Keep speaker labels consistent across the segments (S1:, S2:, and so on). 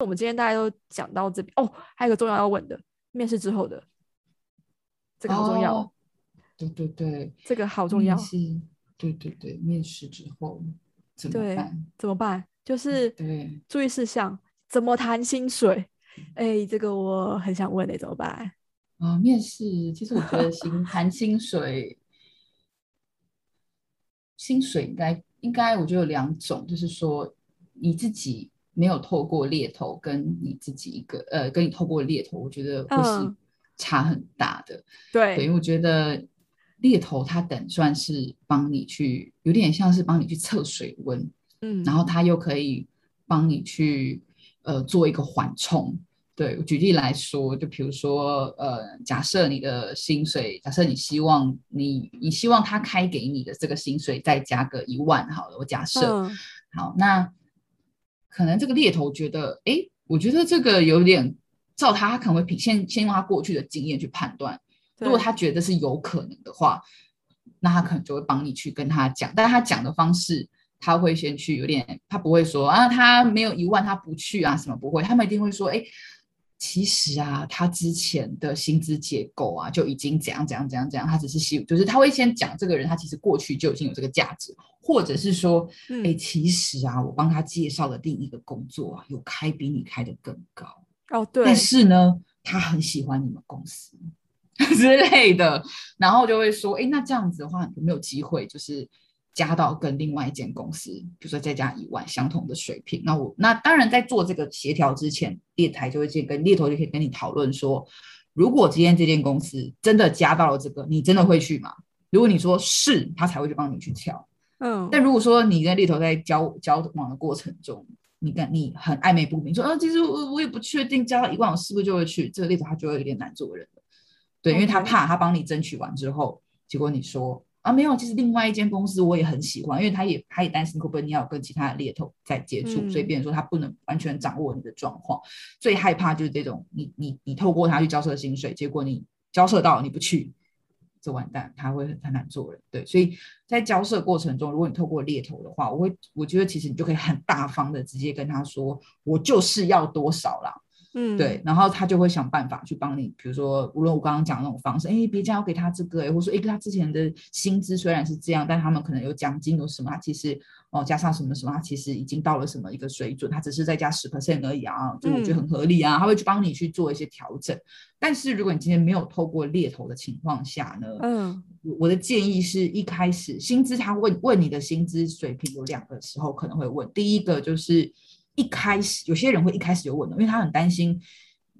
S1: 我们今天大家都讲到这边哦，还有个重要要问的，面试之后的，这个好重要，
S2: 哦嗯对对对，
S1: 这个好重要
S2: 面，试，对对对，面试之后怎么
S1: 对
S2: 办？
S1: 怎么办？就是
S2: 对，
S1: 注意事项，怎么谈薪水？哎，这个我很想问哎、怎么办？
S2: 啊、面试其实我觉得薪 谈薪水，薪水应该应该我觉得有两种，就是说你自己没有透过猎头，跟你自己一个呃，跟你透过猎头，我觉得会是
S1: 嗯
S2: 差很大的。对，因
S1: 对
S2: 为我觉得猎头他等算是帮你去，有点像是帮你去测水温，
S1: 嗯，
S2: 然后他又可以帮你去呃做一个缓冲。对，举例来说，就比如说，呃，假设你的薪水，假设你希望你你希望他开给你的这个薪水再加个一万好了，我假设，
S1: 嗯
S2: 好，那可能这个猎头觉得，诶，我觉得这个有点，照他他可能会凭先先用他过去的经验去判断，如果
S1: 对
S2: 他觉得是有可能的话，那他可能就会帮你去跟他讲，但他讲的方式，他会先去有点，他不会说啊，他没有一万他不去啊，什么不会，他们一定会说，哎，其实啊，他之前的薪资结构啊就已经怎样怎样怎样怎样，他只是希，就是他会先讲这个人，他其实过去就已经有这个价值，或者是说，
S1: 嗯
S2: 哎，其实啊，我帮他介绍的另一个工作啊，有开比你开的更高。
S1: 哦对，
S2: 但是呢，他很喜欢你们公司之类的，然后就会说，哎，那这样子的话，有没有机会就是加到跟另外一间公司，比如说再加一万相同的水平？那我那当然在做这个协调之前，猎台就会先跟猎头就可以跟你讨论说，如果今天这间公司真的加到了这个，你真的会去吗？如果你说是，他才会去帮你去调。
S1: 嗯，
S2: 但如果说你跟猎头在交交往的过程中，你跟你很暧昧不明，说啊，其实我我也不确定加到一万，我是不是就会去？这个猎头他就会有点难做人了，对，因为他
S1: OK
S2: 怕他帮你争取完之后，结果你说啊没有，其实另外一间公司我也很喜欢，因为他也他也担心会不会你要有跟其他的猎头在接触，所以
S1: 嗯
S2: 变成说他不能完全掌握你的状况，最害怕就是这种你你你透过他去交涉薪水，结果你交涉到了你不去，这完蛋，他会很很难做人。对，所以在交涉过程中，如果你透过猎头的话，我会我觉得其实你就可以很大方的直接跟他说，我就是要多少啦，
S1: 嗯
S2: 对，然后他就会想办法去帮你，比如说，无论我刚刚讲的那种方式，哎，别家我给他这个、诶或者说，哎，他之前的薪资虽然是这样，但他们可能有奖金有什么，他其实哦加上什么什么，他其实已经到了什么一个水准，他只是再加十 percent 而已啊，就我觉得
S1: 嗯
S2: 很合理啊，他会去帮你去做一些调整。但是如果你今天没有透过猎头的情况下呢，
S1: 嗯
S2: 我我的建议是一开始薪资他问问你的薪资水平有两个时候可能会问，第一个就是一开始有些人会一开始就问的，因为他很担心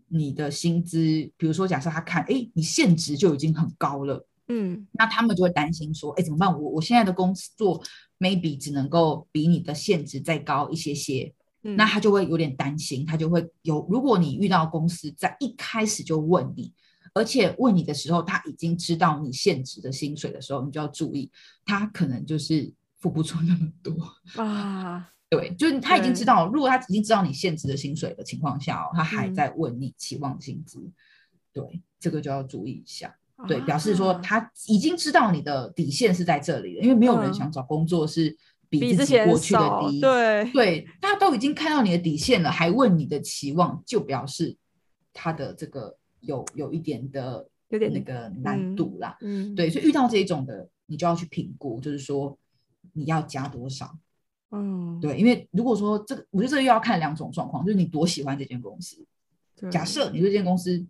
S2: 你的薪资，比如说假设他看，哎，你现值就已经很高了，
S1: 嗯
S2: 那他们就会担心说，哎，怎么办？我我现在的工作 maybe 只能够比你的现值再高一些些，
S1: 嗯，
S2: 那他就会有点担心，他就会有。如果你遇到公司在一开始就问你，而且问你的时候他已经知道你现值的薪水的时候，你就要注意，他可能就是付不出那么多。
S1: 啊
S2: 对，就是他已经
S1: 对
S2: 知道，如果他已经知道你现值的薪水的情况下哦，他还
S1: 嗯
S2: 在问你期望薪资，对，这个就要注意一下。对，表示说
S1: 啊
S2: 他已经知道你的底线是在这里了，因为没有人
S1: 嗯
S2: 想找工作是
S1: 比
S2: 比
S1: 之
S2: 自己
S1: 前
S2: 过去的
S1: 少
S2: 低。
S1: 对
S2: 对，他都已经看到你的底线了，还问你的期望，就表示他的这个有有一点的
S1: 有点
S2: 那个难度啦。
S1: 嗯
S2: 对，所以遇到这种的，你就要去评估，就是说你要加多少。
S1: 嗯
S2: 对，因为如果说这个，我觉得这个又要看两种状况，就是你多喜欢这间公司。
S1: 对
S2: 假设你对这间公司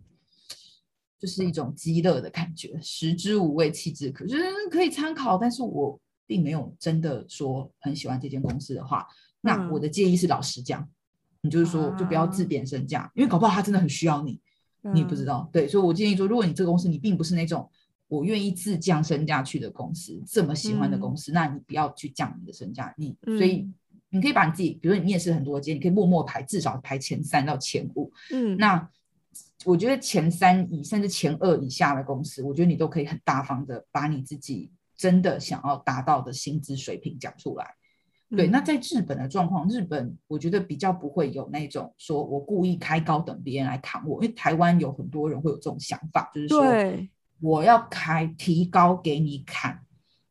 S2: 就是一种饥饿的感觉，食之无味，弃之可，就是可以参考，但是我并没有真的说很喜欢这间公司的话，那
S1: 嗯
S2: 我的建议是老实讲，你就是说就不要自
S1: 啊
S2: 贬身价，因为搞不好他真的很需要你，你不知
S1: 嗯
S2: 道。对，所以我建议说，如果你这个公司你并不是那种。我愿意自降身价去的公司，这么喜欢的公
S1: 嗯
S2: 司，那你不要去降你的身价，你所以
S1: 嗯
S2: 你可以把你自己，比如说你面试很多间，你可以默默排至少排前三到前五，
S1: 嗯
S2: 那我觉得前三以甚至前二以下的公司，我觉得你都可以很大方的把你自己真的想要达到的薪资水平讲出来。对，
S1: 嗯
S2: 那在日本的状况，日本我觉得比较不会有那种说我故意开高等别人来砍我，因为台湾有很多人会有这种想法，就是说
S1: 对
S2: 我要开提高给你砍，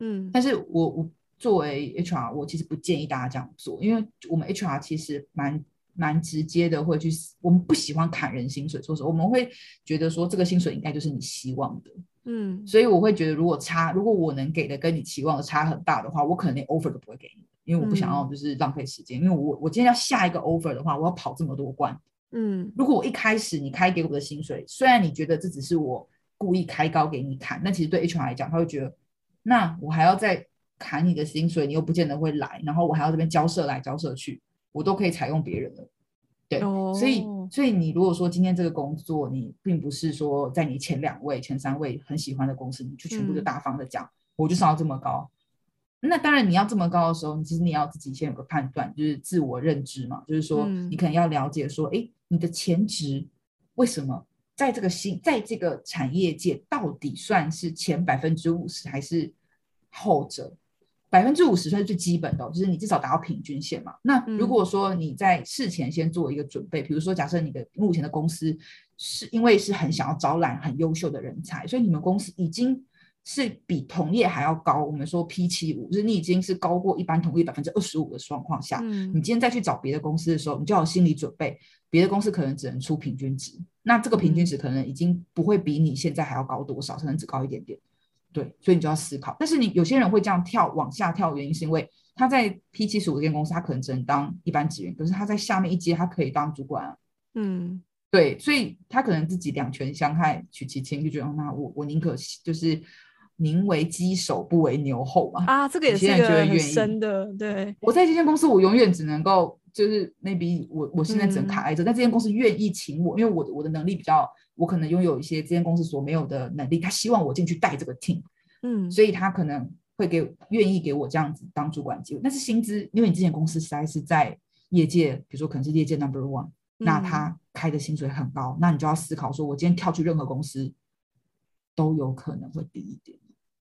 S1: 嗯
S2: 但是我我作为 HR，我其实不建议大家这样做，因为我们 HR 其实蛮蛮直接的会去，我们不喜欢砍人薪水，说实话，我们会觉得说这个薪水应该就是你希望的，
S1: 嗯，
S2: 所以我会觉得如果差，如果我能给的跟你期望的差很大的话，我可能连 offer 都不会给你，因为我不想要
S1: 嗯
S2: 就是浪费时间，因为我我今天要下一个 offer 的话，我要跑这么多关，
S1: 嗯
S2: 如果我一开始你开给我的薪水，虽然你觉得这只是我故意开高给你砍，但其实对 HR 来讲，他会觉得，那我还要再砍你的薪水，你又不见得会来，然后我还要这边交涉来交涉去，我都可以采用别人的。对，所以
S1: 哦
S2: 所以你如果说今天这个工作你并不是说在你前两位、前三位很喜欢的公司，你就全部就
S1: 嗯
S2: 大方的讲，我就是要这么高。那当然，你要这么高的时候，你其实你要自己先有个判断，就是自我认知嘛，就是说
S1: 嗯
S2: 你可能要了解说，哎、你的前职为什么在这个新在这个产业界到底算是前百分之五十还是后者？百分之五十算是最基本的哦、就是你至少达到平均线嘛。那如
S1: 嗯
S2: 果说你在事前先做一个准备，比如说假设你的目前的公司是因为是很想要招揽很优秀的人才，所以你们公司已经是比同业还要高，我们说 P 七五，就是你已经是高过一般同业百分之二十五的状况下，你
S1: 嗯
S2: 今天再去找别的公司的时候，你就要有心理准备，别的公司可能只能出平均值，那这个平均值可能已经不会比你现在还要高多少，可能只高一点点。对，所以你就要思考。但是你有些人会这样跳往下跳，原因是因为他在 P 七十五这间公司，他可能只能当一般职员，可是他在下面一阶，他可以当主管啊。
S1: 嗯
S2: 对，所以他可能自己两全相害取其轻，就觉得、哦那我我宁可就是宁为鸡首不为牛后嘛。
S1: 啊，这个
S2: 有
S1: 也是
S2: 些
S1: 一
S2: 人就
S1: 个
S2: 会
S1: 很
S2: 愿意
S1: 深的，对，
S2: 我在这间公司，我永远只能够就是 maybe 我我现在只能卡在这，但这间公司愿意请我，因为我的我的能力比较，我可能拥有一些这间公司所没有的能力，他希望我进去带这个 team，
S1: 嗯，
S2: 所以他可能会给愿意给我这样子当主管机会。但是薪资，因为你之前公司实在是在业界，比如说可能是业界 number one，那
S1: 嗯
S2: 他开的薪水很高，那你就要思考说，我今天跳去任何公司都有可能会低一点。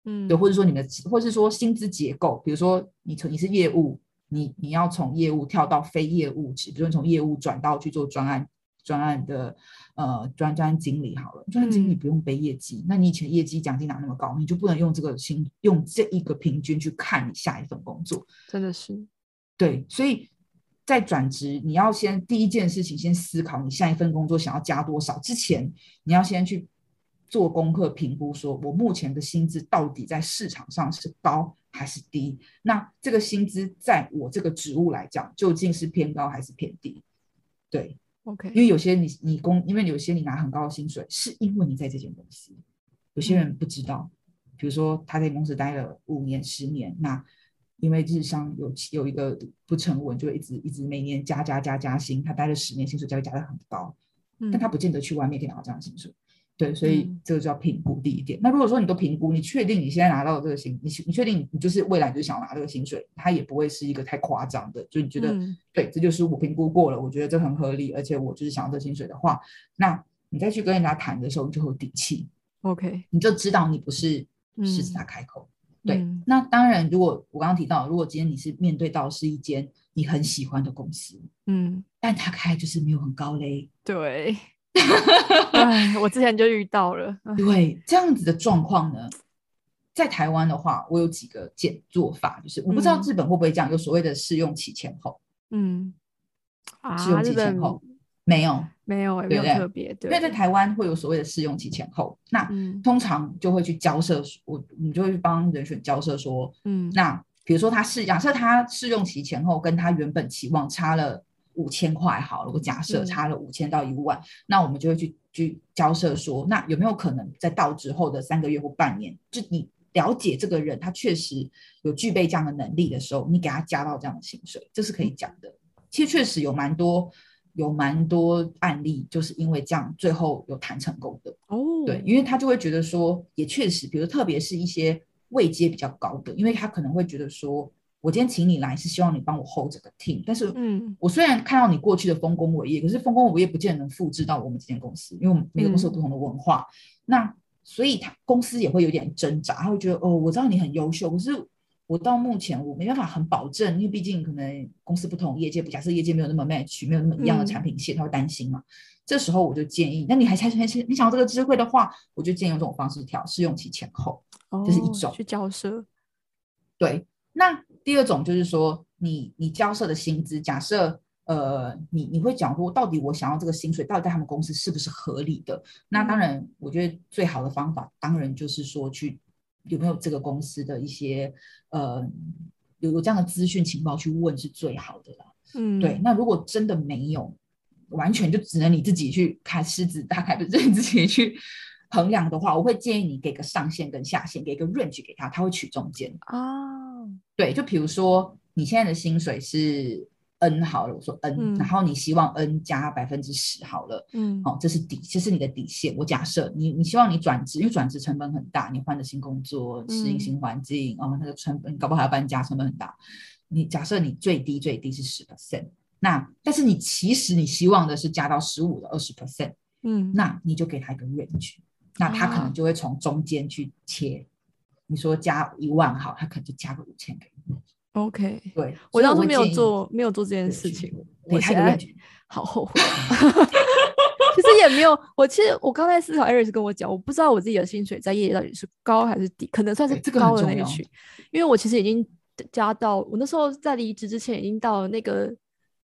S1: 嗯，
S2: 对，或者说你的，或者是说薪资结构，比如说你从你是业务，你你要从业务跳到非业务职，比如说你从业务转到去做专案专案的呃专专案经理好了，专案经理
S1: 嗯
S2: 不用背业绩，那你以前业绩奖金拿那么高，你就不能用这个薪用这一个平均去看你下一份工作，
S1: 真的是，
S2: 对，所以在转职，你要先第一件事情，先思考你下一份工作想要加多少。之前你要先去做功课评估，说我目前的薪资到底在市场上是高还是低？那这个薪资在我这个职务来讲，究竟是偏高还是偏低？对，因
S1: OK，
S2: 为有些你你工，因为有些你拿很高的薪水，是因为你在这间公司。有些
S1: 嗯
S2: 人不知道，比如说他在公司待了五年、十年，那因为日商有有一个不成文，就一直一直每年加加加加薪，他待了十年，薪水才会加的很高，但他
S1: 嗯
S2: 不见得去外面可以拿到这样的薪水。对，所以
S1: 嗯
S2: 这个就要评估第一点。那如果说你都评估，你确定你现在拿到的这个薪，你你确定你就是未来你就想拿这个薪水，它也不会是一个太夸张的，就你觉得
S1: 嗯
S2: 对，这就是我评估过了，我觉得这很合理，而且我就是想要这薪水的话，那你再去跟人家谈的时候，你就会有底气，
S1: OK，
S2: 你就知道你不是狮子
S1: 嗯
S2: 大开口。对，
S1: 嗯
S2: 那当然，如果我刚刚提到，如果今天你是面对到是一间你很喜欢的公司，
S1: 嗯，
S2: 但它开就是没有很高嘞，
S1: 对，哎，我之前就遇到了，唉
S2: 对这样子的状况呢，在台湾的话，我有几个简做法，就是我不知道
S1: 嗯
S2: 日本会不会这样，有所谓的试用期前后，
S1: 嗯，
S2: 试
S1: 啊，
S2: 用
S1: 日
S2: 期前
S1: 本
S2: 后没有，
S1: 没有欸，没
S2: 对
S1: 有
S2: 不对
S1: 特别，对，
S2: 因为在台湾会有所谓的试用期前后，那
S1: 嗯
S2: 通常就会去交涉，我我们就会去帮人选交涉说，
S1: 嗯，
S2: 那比如说他试，假设他试用期前后跟他原本期望差了五千块，好了，我假设
S1: 嗯
S2: 差了五千到一万，那我们就会去去交涉说，那有没有可能在到职后的三个月或半年，就你了解这个人他确实有具备这样的能力的时候，你给他加到这样的薪水，这是可以讲的。其实确实有蛮多。有蛮多案例，就是因为这样，最后有谈成功的。
S1: 哦，
S2: 对，因为他就会觉得说，也确实，比如特别是一些位阶比较高的，因为他可能会觉得说，我今天请你来是希望你帮我 hold 这个 team，但是
S1: 嗯
S2: 我虽然看到你过去的丰功伟业，可是丰功伟业不见得能复制到我们这间公司，因为我们每个公司
S1: 嗯
S2: 有不同的文化，那所以他公司也会有点挣扎，他会觉得哦，我知道你很优秀，可是。我到目前我没办法很保证，因为毕竟可能公司不同，业界不假设业界没有那么 match，没有那么一样的
S1: 嗯
S2: 产品线，他会担心嘛。这时候我就建议，那你还才还是你想要这个智慧的话，我就建议用这种方式调试用期前后。
S1: 哦，
S2: 这是一种
S1: 去交涉，
S2: 对，那第二种就是说，你你交涉的薪资，假设呃，你你会讲说，到底我想要这个薪水，到底在他们公司是不是合理的？那当然，我觉得最好的方法，当然就是说去有没有这个公司的一些呃有有这样的资讯情报去问是最好的啦。
S1: 嗯，
S2: 对，，那如果真的没有，完全就只能你自己去开狮子大开，就是你自己去衡量的话，我会建议你给个上限跟下限，给一个 range 给他，他会取中间。
S1: 啊，
S2: 对，就比如说你现在的薪水是 N 好了，我说 N，、
S1: 嗯
S2: 然后你希望 N 加百分之十好了，
S1: 嗯，
S2: 哦，这是底，这是你的底线。我假设你你希望你转职，因为转职成本很大，你换了新工作，适应
S1: 嗯
S2: 新环境，哦，那个成本搞不好还要搬家，成本很大。你假设你最低最低是十 percent，那但是你其实你希望的是加到十五的二十 percent，
S1: 嗯，
S2: 那你就给他一个 range，那他可
S1: 啊
S2: 能就会从中间去切。你说加一万好，他可能就加个五千给你。
S1: OK，
S2: 对，所
S1: 我
S2: 以
S1: 当初
S2: 会
S1: 没有
S2: 建议
S1: 做，没有做这件
S2: 对
S1: 事
S2: 去
S1: 情，
S2: 给
S1: 我
S2: 他一
S1: 现
S2: 个
S1: 在
S2: range。
S1: 好后悔。啊 其实也没有，我其实我刚才思考，Aris 跟我讲，我不知道我自己的薪水在业界到底是高还是低，可能算是
S2: 哎对这个很
S1: 高的
S2: 重
S1: 那一
S2: 要
S1: 群，因为我其实已经加到我那时候在离职之前已经到了那个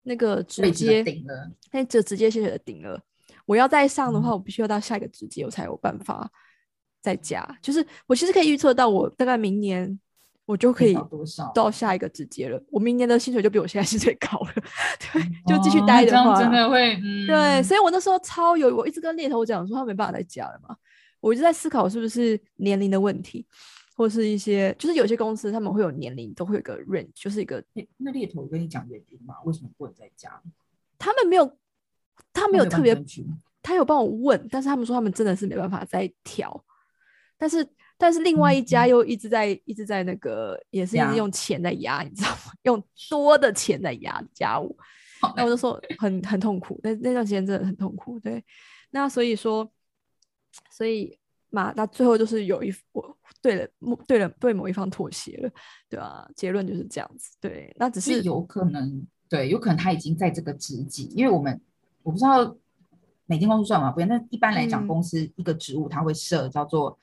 S1: 那个直
S2: 位置的
S1: 接
S2: 顶了，嗯
S1: 那就直接薪水的顶了。我要再上的话，我必须要到下一个职级，我才有办法再加。就是我其实可以预测到，我大概明年我就可
S2: 可以
S1: 以
S2: 到多少？
S1: 到 下一个职阶了。我明年的薪水就比我现在薪水高了，对，就继
S2: 就继续
S1: 续
S2: 待
S1: 待
S2: 的
S1: 的
S2: 话，
S1: 话，
S2: 会，嗯
S1: 对，
S2: 对，
S1: 所以我那时候超犹豫，我一直跟猎头讲说他没办法再加了嘛，我就在思考是不是年龄的问题，或是一些就是有些公司他们会有年龄都会有个 range，就是一个
S2: 那那猎头有跟你讲原因吗？为什么不能在家？
S1: 他们没有他没有特别
S2: 他没有帮你争取
S1: 他有帮我问，但是他们说他们真的是没办法再调，但是但是另外一家
S2: 嗯
S1: 又一直在、一直在那个也是一
S2: 压
S1: 直用钱在压，你知道吗？ 用多的钱在压压我，
S2: 好
S1: 那我就说很很痛苦，那那段时间真的很痛苦。对，那所以说，所以嘛，那最后就是有一我对了某对了对某一方妥协了，对吧、结论就是这样子。对，那只
S2: 所以
S1: 是
S2: 有可能，对，有可能他已经在这个职级，因为我们我不知道每间公司算法不一样，但一般来讲，
S1: 嗯
S2: 公司一个职务它会设叫做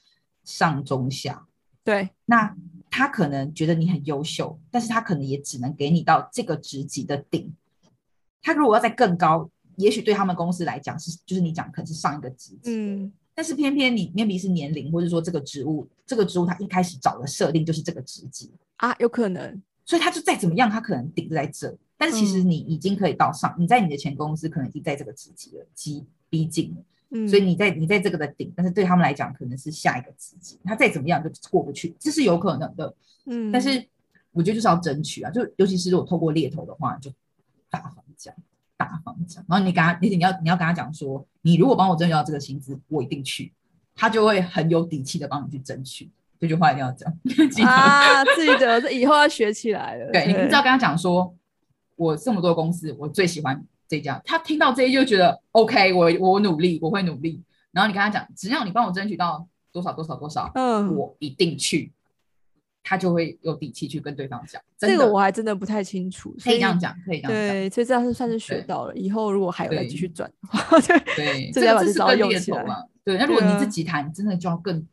S2: 上中下，
S1: 对
S2: 那他可能觉得你很优秀，但是他可能也只能给你到这个职级的顶。他如果要再更高，也许对他们公司来讲是，就是你讲可能是上一个职级，
S1: 嗯
S2: 但是偏偏你 maybe 是年龄，或者说这个职务，这个职务他一开始找的设定就是这个职级，
S1: 啊，有可能
S2: 所以他就再怎么样，他可能顶在这。但是其实
S1: 嗯
S2: 你已经可以到上，你在你的前公司可能已经在这个职级了，极逼近了，
S1: 嗯，
S2: 所以你在你在这个的顶，但是对他们来讲可能是下一个职级，他再怎么样就过不去，这是有可能的。
S1: 嗯，
S2: 但是我觉得就是要争取啊，就尤其是如果透过猎头的话，就大方讲，大方讲，然后你跟他，你你要你要跟他讲说，你如果帮我争取到这个薪资，我一定去，他就会很有底气的帮你去争取。这句话一定要讲，记得。
S1: 啊，记得这以后要学起来了。
S2: 对，你只要跟他讲说，我这么多公司，我最喜欢这家。他听到这一句就觉得 OK，我我努力，我会努力。然后你跟他讲，只要你帮我争取到多少多少多少，
S1: 嗯，
S2: 我一定去，他就会有底气去跟对方讲。真
S1: 这
S2: 的
S1: 个我还真的不太清楚，
S2: 可
S1: 所
S2: 以
S1: 以
S2: 这样。讲，可以这样讲。
S1: 对，所以这样是算是学
S2: 对
S1: 到了，以后如果还有再继
S2: 对续
S1: 续转的话，对，
S2: 对，
S1: 这
S2: 这
S1: 个要把这
S2: 个这是
S1: 招
S2: 跟
S1: 用
S2: 猎
S1: 起
S2: 头
S1: 来
S2: 嘛。对，那如果
S1: 对
S2: 你
S1: 啊
S2: 自己谈，真的就要更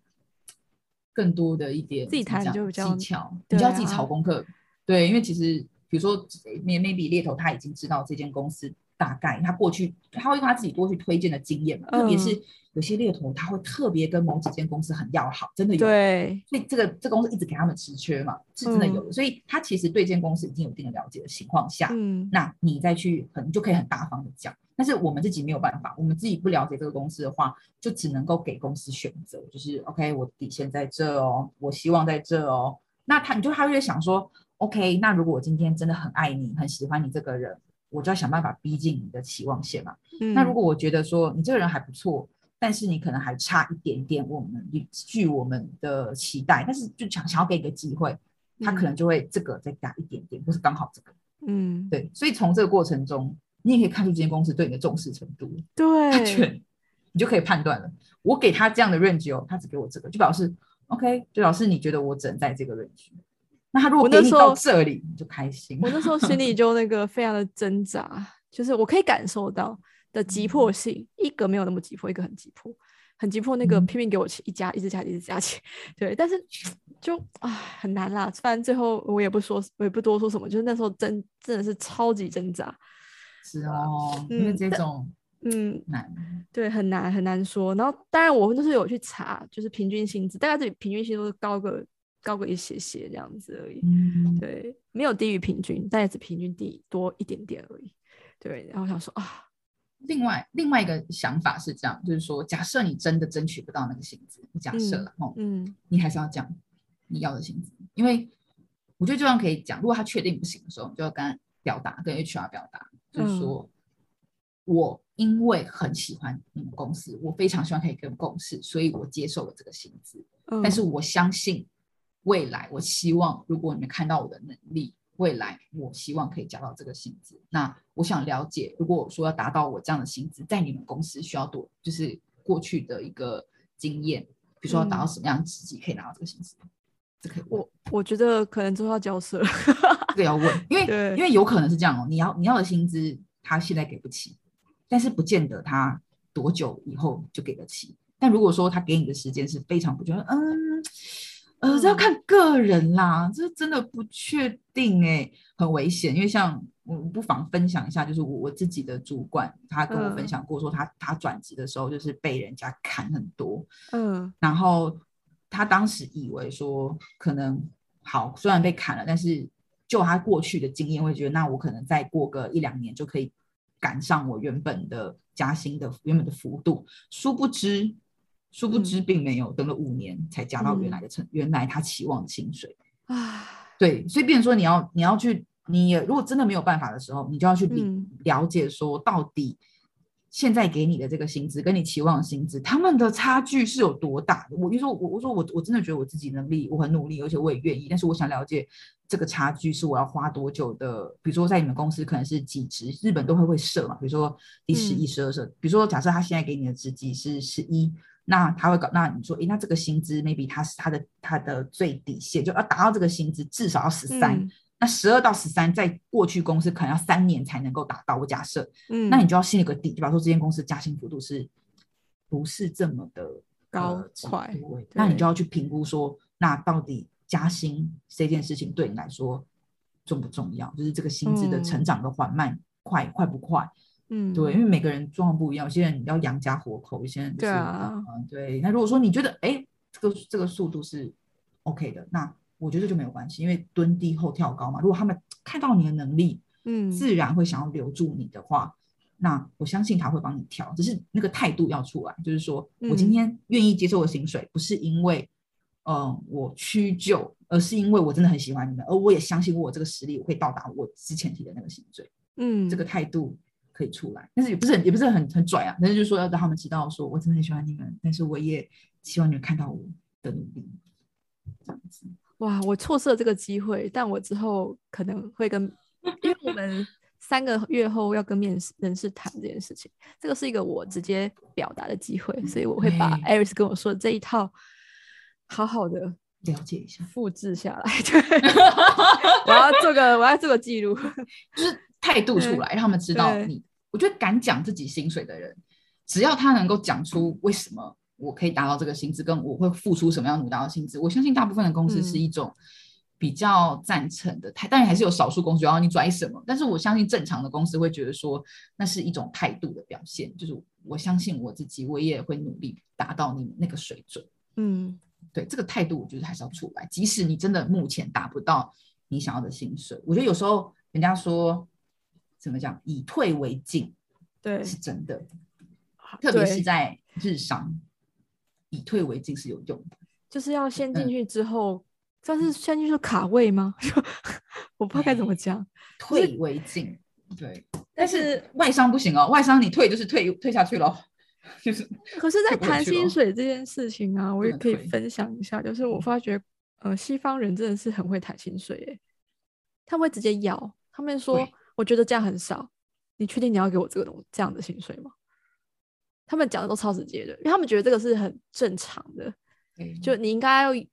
S2: 更多的一点
S1: 自己
S2: 怎么
S1: 谈
S2: 讲
S1: 就比较
S2: 技巧，
S1: 对
S2: 你就要自己
S1: 啊
S2: 炒功课。对，因为其实比如说，may- maybe 猎头他已经知道这间公司大概他过去他会用他自己过去推荐的经验嘛，特别
S1: 嗯
S2: 是有些猎头他会特别跟某几间公司很要好，真的 有。
S1: 对，嗯
S2: 所以这个这公司一直给他们职缺嘛，是真的有的，所以他其实对这间公司已经有一定的了解的情况下，
S1: 嗯，
S2: 那你再去很就可以很大方的讲。但是我们自己没有办法，我们自己不了解这个公司的话，就只能够给公司选择，就是 OK，我底线在这哦，我希望在这哦。那他你就他就会想说，OK，那如果我今天真的很爱你，很喜欢你这个人，我就要想办法逼近你的期望线嘛。那如
S1: 嗯
S2: 果我觉得说你这个人还不错，但是你可能还差一点点，我们距我们的期待，但是就想想要给一个机会，他可能就会这个再加一点点，或是刚好这个。
S1: 嗯，
S2: 对，所以从这个过程中，你也可以看出这间公司对你的重视程度，他觉
S1: 对，
S2: 得你就可以判断了。我给他这样的 range 哦，他只给我这个，就表示 OK，就表示你觉得我只能在这个 range。那他如
S1: 我
S2: 果
S1: 那
S2: 给你
S1: 时
S2: 到
S1: 候
S2: 这里，你就开心。
S1: 我那时候心里就那个非常的挣扎，就是我可以感受到的急迫性，一个没有那么急迫，一个很急迫，很急迫那个
S2: 嗯
S1: 拼命给我钱一加一直加一直加钱， 对，但是就啊很难啦，反正最后我也不说，我也不多说什么，就是那时候真真的是超级挣扎，
S2: 是哦，
S1: 嗯
S2: 因为这种
S1: 嗯，
S2: 难，
S1: 对，很难很难说。然后当然我就是有去查，就是平均薪资，大概这里平均薪资都高个高个一些些这样子而已。
S2: 嗯，
S1: 对，没有低于平均，但也只平均低多一点点而已。对，然后我想说啊，
S2: 另外另外一个想法是这样，就是说，假设你真的争取不到那个薪资，假设了哦，
S1: 嗯
S2: 你还是要讲你要的薪资，因为我觉得就算可以讲，如果他确定不行的时候，你就要跟他表达，跟 HR 表达，就是说、我因为很喜欢你们公司，我非常希望可以跟你们共事，所以我接受了这个薪资，
S1: 嗯，
S2: 但是我相信未来，我希望如果你们看到我的能力，未来我希望可以加到这个薪资。那我想了解，如果我说要达到我这样的薪资，在你们公司需要多，就是过去的一个经验，比如说要达到什么样的职级可以拿到这个薪资，这可以问，
S1: 我我觉得可能之后要交涉了。
S2: 这个要问，因为
S1: 对
S2: 因为有可能是这样哦，你要你要的薪资他现在给不起，但是不见得他多久以后就给得起。但如果说他给你的时间是非常不确定，嗯，呃，这要
S1: 嗯
S2: 看个人啦，这真的不确定哎、很危险。因为像我不妨分享一下，就是我我自己的主管，他跟我分
S1: 嗯
S2: 享过说他，他转职的时候就是被人家砍很多，
S1: 嗯
S2: 然后他当时以为说，可能好，虽然被砍了，但是就他过去的经验，会觉得那我可能再过个一两年就可以赶上我原本的加薪的原本的幅度。殊不知，殊不知并没有，等了五年才加到原来的成、原来他期望的薪水。
S1: 啊，
S2: 对，所以变成说你要你要去，你也如果真的没有办法的时候，你就要去理、
S1: 嗯
S2: 了解说到底。现在给你的这个薪资跟你期望的薪资，他们的差距是有多大的？我就说，我我说我我真的觉得我自己能力，我很努力，而且我也愿意，但是我想了解这个差距是我要花多久的？比如说在你们公司可能是几职，日本都会会设嘛，比如说第十一、
S1: 嗯
S2: 十二设，比如说假设他现在给你的职级是十一，那他会搞，那你说，诶，那这个薪资 maybe 他是他的他的最底线，就要达到这个薪资至少要十三、
S1: 嗯
S2: 那十二到十三，在过去公司可能要三年才能够达到。我假设，
S1: 嗯，
S2: 那你就要心里有个底，就比方说这间公司加薪幅度是不是这么的
S1: 高
S2: 呃之
S1: 快
S2: 对那你
S1: 对
S2: 就要去评估说，那到底加薪这件事情对你来说重不重要？就是这个薪资的成
S1: 嗯
S2: 长的缓慢、快快不快？
S1: 嗯
S2: 对，因为每个人状况不一样，有些人要养家活口，有些人就
S1: 对
S2: 是你知
S1: 啊
S2: 道吗嗯对。那如果说你觉得哎，诶这个这个速度是 OK 的，那我觉得就没有关系，因为蹲低后跳高嘛。如果他们看到你的能力，
S1: 嗯
S2: 自然会想要留住你的话，那我相信他会帮你调，只是那个态度要出来，就是说我
S1: 嗯
S2: 今天愿意接受我的薪水，不是因为嗯、呃我屈就，而是因为我真的很喜欢你们，而我也相信我有这个实力，我可以到达我之前提的那个薪水。
S1: 嗯
S2: 这个态度可以出来，但是也不是很也不是很很拽啊，但是就是说要让他们知道，说我真的很喜欢你们，但是我也希望你们看到我的努力，这样子。
S1: 哇，我错失了这个机会，但我之后可能会跟，因为我 们三个月后要跟面试人事谈这件事情，这个是一个我直接表达的机会，所以我会把
S2: 对
S1: Iris 跟我说的这一套好好的
S2: 了解一下，
S1: 复制下来。 对，我要做个我要做个记录。
S2: 就是态度出来，让他们知道
S1: 对
S2: 你。我觉得敢讲自己薪水的人，只要他能够讲出为什么我可以达到这个薪资，跟我会付出什么样努力达到薪资，我相信大部分的公司
S1: 嗯
S2: 是一种比较赞成的态，当然还是有少数公司要你拽什么，但是我相信正常的公司会觉得说那是一种态度的表现，就是我相信我自己，我也会努力达到你那个水准。
S1: 嗯
S2: 对这个态度，我觉得还是要出来。即使你真的目前达不到你想要的薪水，我觉得有时候人家说怎么讲，以退为进
S1: 对，
S2: 是真的，
S1: 好
S2: 特别
S1: 对
S2: 是在日商，以退为进是有用的。
S1: 就是要先
S2: 嗯
S1: 进去之后，算是先进去卡位吗？ 我不知道该怎么讲。
S2: 退为进，对，
S1: 但
S2: 是
S1: 是
S2: 外商不行哦，外商你退就是退退下去喽，就是
S1: 可是，在
S2: 退不回
S1: 谈
S2: 哎去了哦嗯
S1: 薪水这件事情啊，我
S2: 不
S1: 也
S2: 能
S1: 可以
S2: 退
S1: 分享一下，就是
S2: 嗯
S1: 我发觉，呃，西方人真的是很会谈薪水耶，他们会直接咬，他们说
S2: 会，
S1: 我觉得这样很少，你确定你要给我这个东这样的薪水吗？他们讲的都超直接的，因为他们觉得这个是很正常的，
S2: 对
S1: 就你应该要以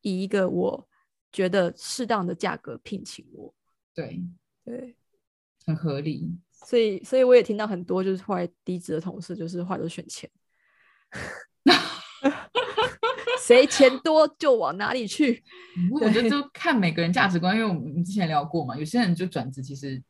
S1: 以一个我觉得适当的价格聘请我，
S2: 对，
S1: 对。
S2: 很合理。
S1: 所以，所以我也听到很多就是后来离职的同事，就是后来都选钱，谁钱多就往哪里去。
S2: 不过我觉得就看每个人价值观，因为我们之前聊过嘛，有些人就转职其实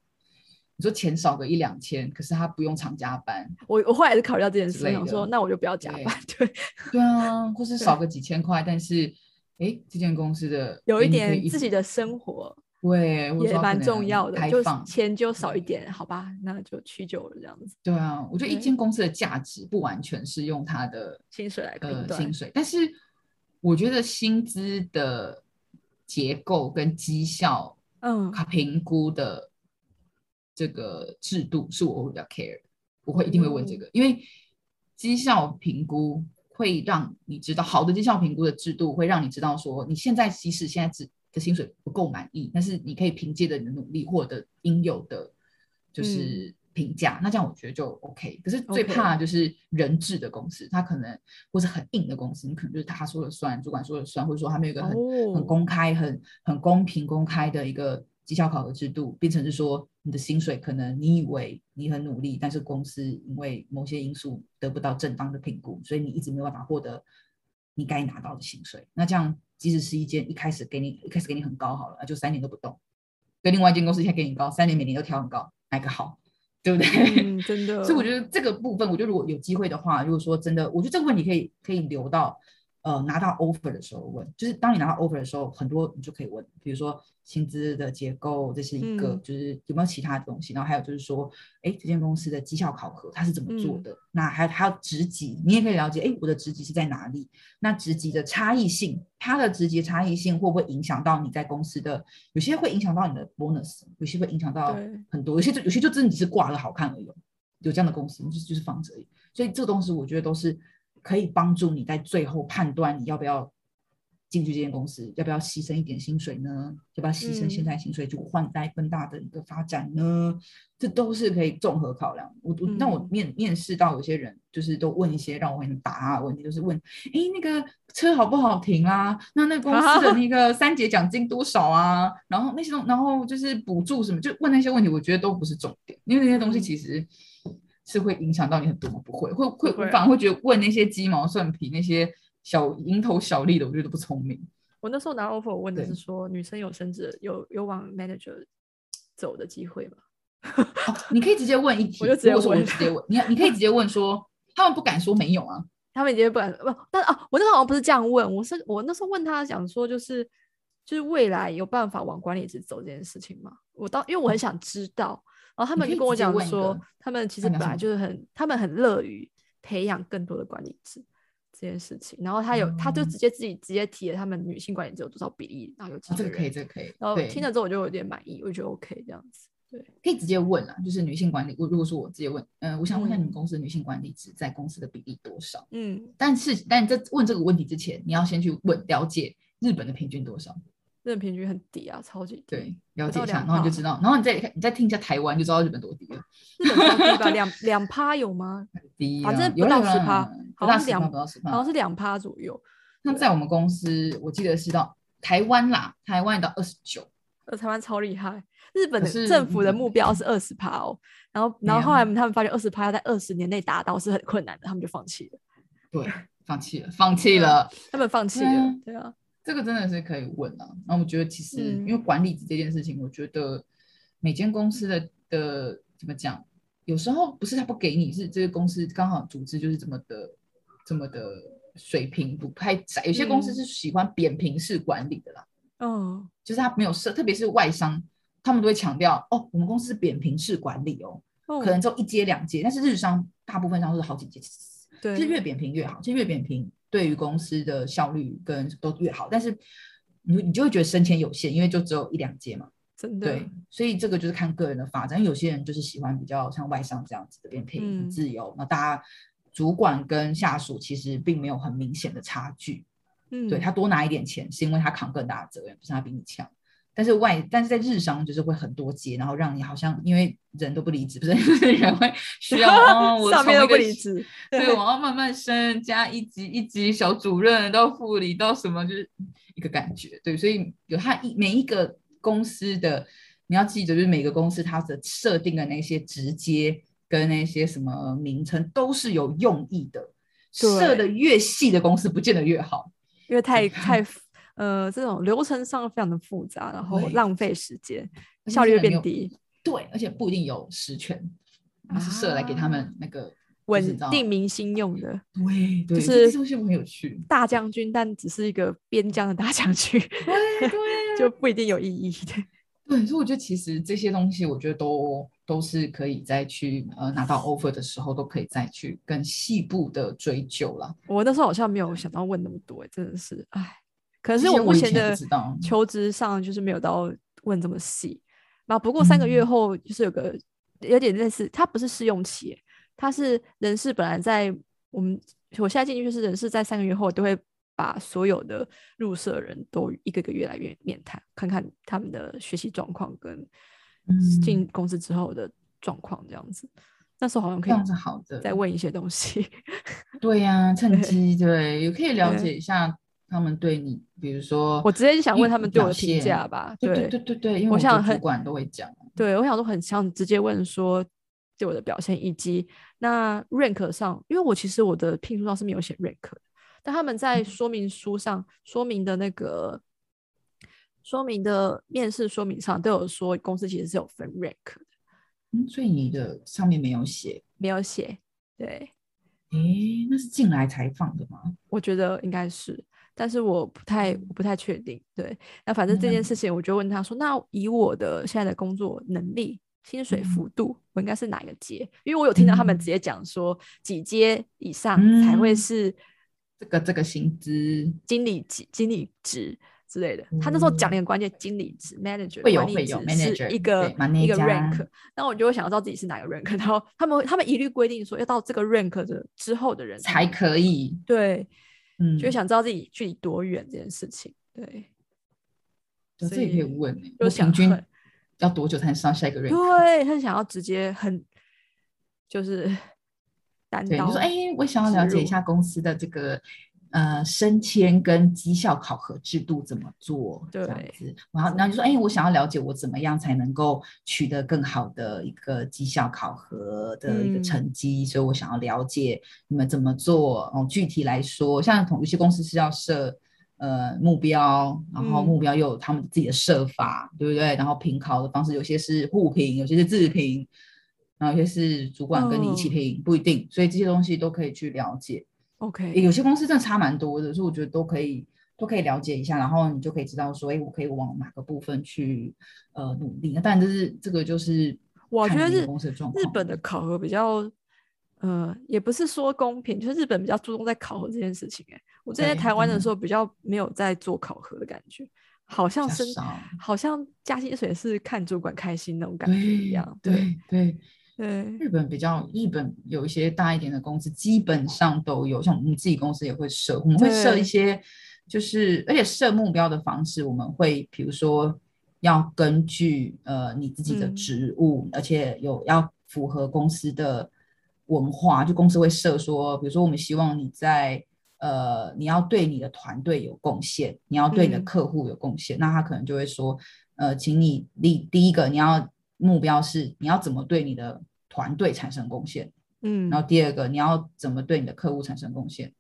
S2: 你说钱少个一两千，可是他不用常加班，
S1: 我我后来是考虑到这件事，
S2: 之类
S1: 想说
S2: 的
S1: 那我就不要加
S2: 对
S1: 班， 对，
S2: 对啊，或是少个几千块，但是哎，这间公司的
S1: 有一
S2: 给你可以
S1: 点自己的生活
S2: 对，我
S1: 也
S2: 说可
S1: 蛮
S2: 能
S1: 重要的，
S2: 开
S1: 就
S2: 放
S1: 钱就少一点，好吧，那就屈就了这样子，
S2: 对啊，我觉得一
S1: 对
S2: 间公司的价值不完全是用它的
S1: 薪水来评
S2: 呃
S1: 断
S2: 薪水，但是我觉得薪资的结构跟绩效
S1: 嗯，
S2: 它评估的这个制度是我会比较 care，的我会一定会问这个，因为绩效评估会让你知道，好的绩效评估的制度会让你知道说，你现在即使现在只的薪水不够满意，但是你可以凭借着你的努力获得应有的，就是评价。那这样我觉得就 OK。可是最
S1: OK
S2: 怕就是人质的公司，它可能或是很硬的公司，你可能就是他说了算，主管说了算，或者说他们有一个很很
S1: 哦，
S2: 公开、很很公平、公开的一个绩效考核制度，变成是说你的薪水可能你以为你很努力，但是公司因为某些因素得不到正当的评估，所以你一直没有办法获得你该拿到的薪水。那这样，即使是一间一开始给你一开始给你很高好了，那就三年都不动；跟另外一间公司现在给你高，三年每年都调很高，哪个好？对不对？
S1: 嗯，真的，
S2: 所以我觉得这个部分，我觉得如果有机会的话，如果说真的，我觉得这个问题可以可以留到呃拿到 offer 的时候问，就是当你拿到 offer 的时候，很多你就可以问，比如说薪资的结构，这是一个，
S1: 嗯
S2: 就是有没有其他的东西，然后还有就是说，哎，这间公司的绩效考核它是怎么做
S1: 嗯
S2: 的，那还还有职级，你也可以了解，哎，我的职级是在哪里，那职级的差异性，它的职级差异性会不会影响到你在公司的？有些会影响到你的 bonus，有些会影响到
S1: 对
S2: 很多，有些就有些就真的只是挂了好看而已哦。有这样的公司，就是就是放着而已。所以这个东西我觉得都是可以帮助你在最后判断你要不要进去这间公司，要不要牺牲一点薪水呢？要不要牺牲
S1: 嗯
S2: 现在薪水去换来更大的一个发展呢？这都是可以综合考量。我我那我
S1: 嗯
S2: 面面试到有些人就是都问一些让我很答的问题，就是问哎，那个车好不好停啊？那那公司的那个三节奖金多少啊？然后那些东，然后就是补助什么，就问那些问题，我觉得都不是重点，因为那些东西
S1: 嗯
S2: 其实是会影响到你很多嘛，不会，会会，
S1: 不会啊
S2: 我反而会觉得问那些鸡毛蒜皮、那些小蝇头小利的，我觉得都不聪明。
S1: 我那时候拿 offer 我问的
S2: 对
S1: 是说，女生有升职有有往 manager 走的机会吗？
S2: 哦，你可以直接问一题，
S1: 我就直接
S2: 如果是我
S1: 问
S2: 就直接问，你你可以直接问说，他们不敢说没有啊，
S1: 他们已经不敢不，但哦，我那时候好像不是这样问，我是我那时候问他想说，就是就是未来有办法往管理职走这件事情吗？我到因为我很想知道，然后他
S2: 哦你
S1: 们
S2: 可
S1: 就
S2: 以
S1: 跟我
S2: 直接
S1: 讲
S2: 问一
S1: 说
S2: 个，
S1: 他们其
S2: 他
S1: 实
S2: 们
S1: 本来
S2: 要什么
S1: 就是很，他们很乐于培养更多的管理职这件事情。然后他有，他就
S2: 嗯
S1: 直接自己直接提了他们女性管理职有多少比例，然后有几
S2: 啊这
S1: 个
S2: 个可以，
S1: 人，
S2: 这个可以，
S1: 然后
S2: 对，
S1: 听了之后我就有点满意，我就觉得 OK 这样子。
S2: 可以直接问啦，就是女性管理，我如果说我直接问，嗯、我想问一下你们
S1: 嗯
S2: 公司女性管理职在公司的比例多少？
S1: 嗯，
S2: 但是，但这问这个问题之前，你要先去问了解日本的平均多少，
S1: 那平均很低啊，超级低。
S2: 对，了
S1: 不
S2: 解
S1: 到
S2: 一下，
S1: 2%
S2: 然后你就知道，然后你再看你再听一下台湾，就知道日本多低了，
S1: 日本超低 吧，两两趴有吗？
S2: 低
S1: 反
S2: 啊
S1: 正不
S2: 有啦
S1: 到
S2: 有啦
S1: 10%
S2: 不
S1: 好
S2: 到
S1: 像
S2: 十趴，
S1: 两
S2: 不到十
S1: 好像
S2: 趴。
S1: 是两趴左右，
S2: 那在我们公司，我记得是到台湾啦，台湾也到二十九，
S1: 呃，台湾超厉害。日本
S2: 可
S1: 的
S2: 是
S1: 政府
S2: 日
S1: 的
S2: 本
S1: 目标是二十趴哦，然后然
S2: 对
S1: 后后
S2: 啊
S1: 来他们发现二十趴要在二十年内达到是很困难的，他们就放弃了，
S2: 对，放弃了，放弃了。
S1: 他们放弃
S2: 对啊
S1: 了，对啊，
S2: 这个真的是可以问啊。那我觉得其实
S1: 嗯
S2: 因为管理这件事情，我觉得每间公司的的怎么讲，有时候不是他不给你，是这个公司刚好组织就是这么的这么的水平不太窄。有些公司
S1: 嗯
S2: 是喜欢扁平式管理的啦，
S1: 嗯，
S2: 就是他没有设，特别是外商，他们都会强调哦，我们公司是扁平式管理哦，
S1: 哦
S2: 可能只有一阶两阶，但是日商大部分上都是好几阶。
S1: 对，
S2: 是越扁平越好，其实越扁平对于公司的效率跟都越好，但是你你就会觉得升迁有限，因为就只有一两届嘛。
S1: 真的，
S2: 对，所以这个就是看个人的发展，因为有些人就是喜欢比较像外商这样子的扁平、很
S1: 嗯
S2: 自由，那大家主管跟下属其实并没有很明显的差距，
S1: 嗯，
S2: 对他多拿一点钱是因为他扛更大的责任，不是他比你强。但是外，但是在日商就是会很多节，然后让你好像因为人都不离职，不是 就是人会需 要哦，我
S1: 上面
S2: 从
S1: 都不
S2: 一个
S1: 理智，
S2: 对，我要慢慢升，加一级一级小主任到副理到什么，就是一个感觉。对，所以有它一每一个公司的，你要记得，就是每个公司它的设定的那些直接跟那些什么名称都是有用意的。
S1: 对
S2: 设的越细的公司，不见得越好。
S1: 因为 太太呃这种流程上非常的复杂，然后
S2: 对
S1: 浪费时间，
S2: 而且
S1: 效率
S2: 这
S1: 会
S2: 个没有
S1: 变低，
S2: 对，而且不一定有实权，他们是设来给他们那个就是你
S1: 稳
S2: 知道
S1: 定民心用 的
S2: 对对，
S1: 就
S2: 这
S1: 是，
S2: 这东西很有趣
S1: 大将军，但只是一个边疆的大将军，
S2: 对啊对
S1: 就不一定有意义的。
S2: 对，所以我觉得其实这些东西，我觉得都都是可以再去呃拿到 offer 的时候，都可以再去更细部的追究啦。
S1: 我那时候好像没有想到问那么多、真的是，哎，可
S2: 这
S1: 是
S2: 些
S1: 目
S2: 以
S1: 前
S2: 前
S1: 的
S2: 不知道，
S1: 求职上就是没有到问这么细。那不过三个月
S2: 嗯
S1: 后就是有个有点类似，它不是试用期耶，它是人事本来在我们我现在进去是人事在三个月后都会把所有的入社人都一个个月来面面谈，看看他们的学习状况跟
S2: 嗯
S1: 进公司之后的状况这样子。那时候好像可
S2: 这样是
S1: 以
S2: 好的。
S1: 再问一些东西。
S2: 对呀、趁
S1: 对
S2: 机对，也可以了
S1: 对
S2: 解一下他们对你，比如说
S1: 我直接就想
S2: 业
S1: 问他
S2: 务
S1: 们对我
S2: 表
S1: 的评价
S2: 现。
S1: 吧。
S2: 对对对对对，因为
S1: 我
S2: 觉得
S1: 想
S2: 主
S1: 很
S2: 管都会讲，啊
S1: 对，我想说很想直接问说对我的表现，以及那 rank 上，因为我其实我的聘书上是没有写 rank 的，但他们
S2: 嗯
S1: 在说明书上说明的那个说明的面试说明上都有说公司其实是有分 rank 的，
S2: 嗯，所以你的上面没有写，
S1: 没有写。对，
S2: 诶，那是进来才放的吗？
S1: 我觉得应该是。但是我不太我不太确定，对，那反正这件
S2: 嗯
S1: 事情，我就问他说，那以我的现在的工作能力、薪水
S2: 嗯
S1: 幅度，我应该是哪一个阶？因为我有听到他们
S2: 嗯
S1: 直接讲说，几阶以上才会
S2: 嗯
S1: 是
S2: 这个这个薪资
S1: 经理级、经理职之类的。他那时候讲了一个关键，经理职 （manager）
S2: 嗯会有
S1: 管理
S2: 会有
S1: 职
S2: manager，
S1: 是一个
S2: 对
S1: 一个
S2: manager
S1: rank，然后我就会想要知道自己是哪个 rank，然后他们他们一律规定说，要到这个 rank 的之后的人
S2: 才
S1: 能
S2: 可以，
S1: 对，
S2: 嗯，
S1: 就会想知道自己距离多远这件事情。对，
S2: 对
S1: 所
S2: 这也可以
S1: 以
S2: 问诶，
S1: 就
S2: 我
S1: 想
S2: 平均
S1: 很
S2: 要多久才能上 下一个 rank？
S1: 对，他想要直接很就是 单
S2: 对，
S1: 刀，
S2: 你说，哎，我想要
S1: 植
S2: 了解一
S1: 入
S2: 下公司的这个呃升迁跟绩效考核制度怎么做，这样
S1: 对
S2: 子。然后，然后你就说，哎，我想要了解我怎么样才能够取得更好的一个绩效考核的一个
S1: 嗯
S2: 成绩，所以我想要了解你们怎么做。哦，具体来说，像同有些公司是要设。呃，目标，然后
S1: 嗯
S2: 目标又有他们自己的设法，对不对？然后评考的方式，有些是互评，有些是自评，然后有些是主管跟你一起
S1: 哦
S2: 评，不一定，所以这些东西都可以去了解。诶
S1: OK，
S2: 有些公司真的差蛮多的，所以我觉得都可以都可以了解一下，然后你就可以知道说，哎，我可以往哪个部分去呃努力。那当然，这是这个就是
S1: 我
S2: 看
S1: 觉得
S2: 每个
S1: 日
S2: 公司的状况。
S1: 日本的考核比较，呃，也不是说公平，就是日本比较注重在考核这件事情、欸。哎，我之前在
S2: 对嗯
S1: 台湾
S2: 真
S1: 的
S2: 的
S1: 时候比较没有在做考核的感觉，好像
S2: 比较
S1: 升
S2: 少，
S1: 好像加薪水是看主管开心那种感觉一
S2: 对
S1: 样。对
S2: 对对，
S1: 对，
S2: 日本比较，日本有一些大一点的公司，基本上都有，像我们自己公司也会设，我们会设
S1: 对
S2: 一些，就是而且设目标的方式，我们会比如说要根据呃你自己的
S1: 嗯
S2: 职务，而且有要符合公司的文化，就公司会设说，比如说我们希望你在。呃，你要对你的团队有贡献，你要对你的
S1: 嗯
S2: 客户有贡献，那他可能就会说，呃，请你第第一个你要目标是你要怎么对你的团队产生贡献，
S1: 嗯
S2: 然后第二个你要怎么对你的客户产生贡献，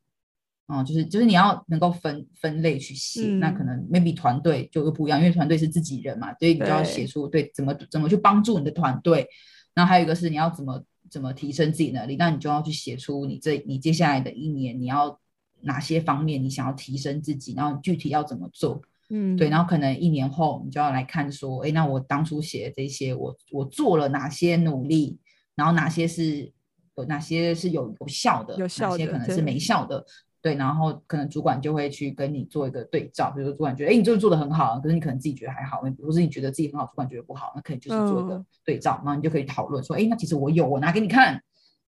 S2: 啊、就是就是你要能够分分类去写，那可
S1: 嗯
S2: 能 maybe 团队就又不一样，因为团队是自己人嘛，所以你就要写
S1: 对
S2: 出对怎么怎么去帮助你的团队，然后还有一个是你要怎么怎么提升自己能力，那你就要去写出你这你接下来的一年你要哪些方面你想要提升自己，然后具体要怎么做，
S1: 嗯，
S2: 对，然后可能一年后你就要来看说，哎，那我当初写的这些，我我做了哪些努力，然后哪些是有哪些是有有效的，
S1: 有效
S2: 哪些
S1: 的
S2: 可能是
S1: 对
S2: 没效的，对，然后可能主管就会去跟你做一个对照，比如说主管觉得，哎，你这个做的很好，可是你可能自己觉得还好，或是你觉得自己很好，主管觉得不好，那可以就是做一个
S1: 嗯
S2: 对照，然后你就可以讨论说，哎，那其实我有，我拿给你看，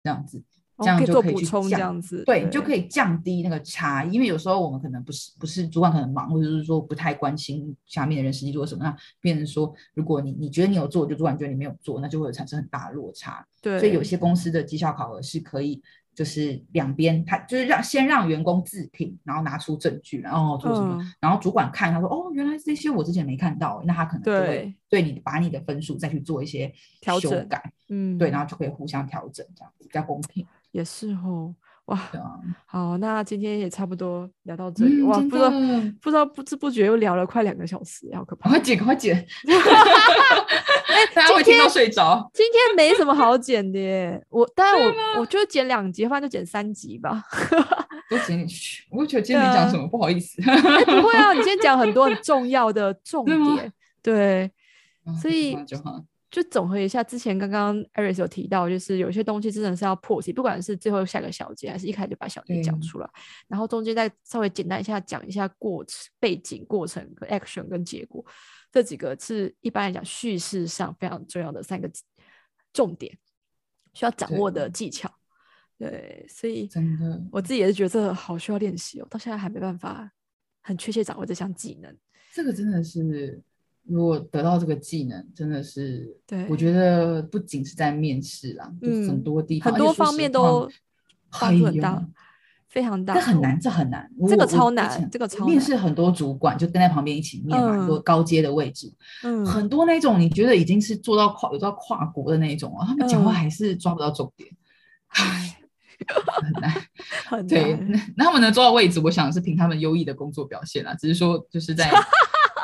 S2: 这样子，
S1: 哦
S2: 这样
S1: 可以
S2: 就
S1: 做
S2: 可以
S1: 补
S2: 去
S1: 充这
S2: 降
S1: 样子，
S2: 对，你就可以降低那个差异，因为有时候我们可能不是不是主管可能忙，或者是说不太关心下面的人实际做什么，那变成说，如果你你觉得你有做，就主管觉得你没有做，那就会有产生很大的落差。
S1: 对，
S2: 所以有些公司的绩效考核是可以，就是两边他就是让先让员工自评，然后拿出证据，然后做什么，
S1: 嗯
S2: 然后主管看他说哦，原来这些我之前没看到，那他可能就会
S1: 对
S2: 对你把你的分数再去做一些
S1: 调
S2: 修
S1: 整
S2: 改，
S1: 嗯
S2: 对，然后就可以互相调整，这样子比较公平。
S1: 也是哦。哇，
S2: 对啊，
S1: 好，那今天也差不多聊到这里。
S2: 嗯
S1: 哇，
S2: 真
S1: 不知道
S2: 的
S1: 不知道不知不觉又聊了快两个小时，好可 怕
S2: 赶。快剪，赶快剪，大家会听到睡着。
S1: 今天没什么好剪的耶，我当然
S2: 真
S1: 我我就剪两集，不然就剪三集 吧。
S2: 都剪进去，我觉得今天没
S1: 嗯
S2: 讲什么，不好意 思。
S1: 哎不会啊，你今天讲很多很重要的重
S2: 真的吗
S1: 点，对，所以
S2: 啊就好
S1: 就总合一下，之前刚刚 Iris 有提到，就是有些东西真的是要破题，不管是最后下个小节，还是一开始就把小节讲
S2: 对
S1: 出来，然后中间再稍微简单一下讲一下过程、背景、过程、跟 action 跟结果，这几个是一般来讲叙事上非常重要的三个重点，需要掌
S2: 对
S1: 握的技巧。对，所以
S2: 真的
S1: 我自己也是觉得这好需要练习哦，到现在还没办法很确切掌握这项技能。
S2: 这个真的是，如果得到这个技能，真的是，
S1: 对
S2: 我觉得不仅是在面试啦，就是
S1: 嗯
S2: 很多地方，
S1: 很
S2: 而且
S1: 多
S2: 说
S1: 方
S2: 实
S1: 面
S2: 话
S1: 都帮助
S2: 嗯很
S1: 很大
S2: 有，
S1: 非常大，
S2: 这很难，这很难，
S1: 这个
S2: 我
S1: 超
S2: 我之
S1: 难
S2: 前
S1: 这个超
S2: 面
S1: 难
S2: 试很多主管就跟在旁边一起面嘛，
S1: 嗯
S2: 很多高阶的位置，
S1: 嗯，
S2: 很多那种你觉得已经是做到跨有到跨国的那种啊，他们讲话
S1: 嗯
S2: 还是抓不到重点，
S1: 唉
S2: 很难。
S1: 很
S2: 对，
S1: 难。
S2: 那那他们能做到位置，我想是凭他们优异的工作表现啦。只是说，就是在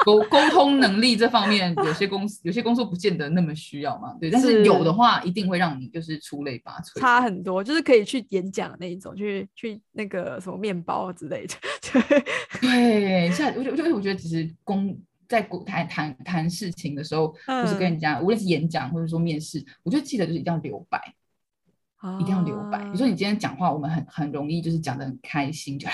S2: 沟沟通能力这方面，有些公司有些工作不见得那么需要嘛。对，但
S1: 是
S2: 是有的话，一定会让你就是出类拔萃。
S1: 差很多，就是可以去演讲的那一种，去去那个什么面包之类的。 对，
S2: 对，现在我觉得，我觉得，我觉得，其实公在国谈谈谈事情的时候，或是跟
S1: 嗯
S2: 人家，无论是演讲或者说面试，我觉得记得就是一定要留白。
S1: 嗯
S2: 一定要留白。比如说你今天讲话，我们很很容易就是讲的很开心，就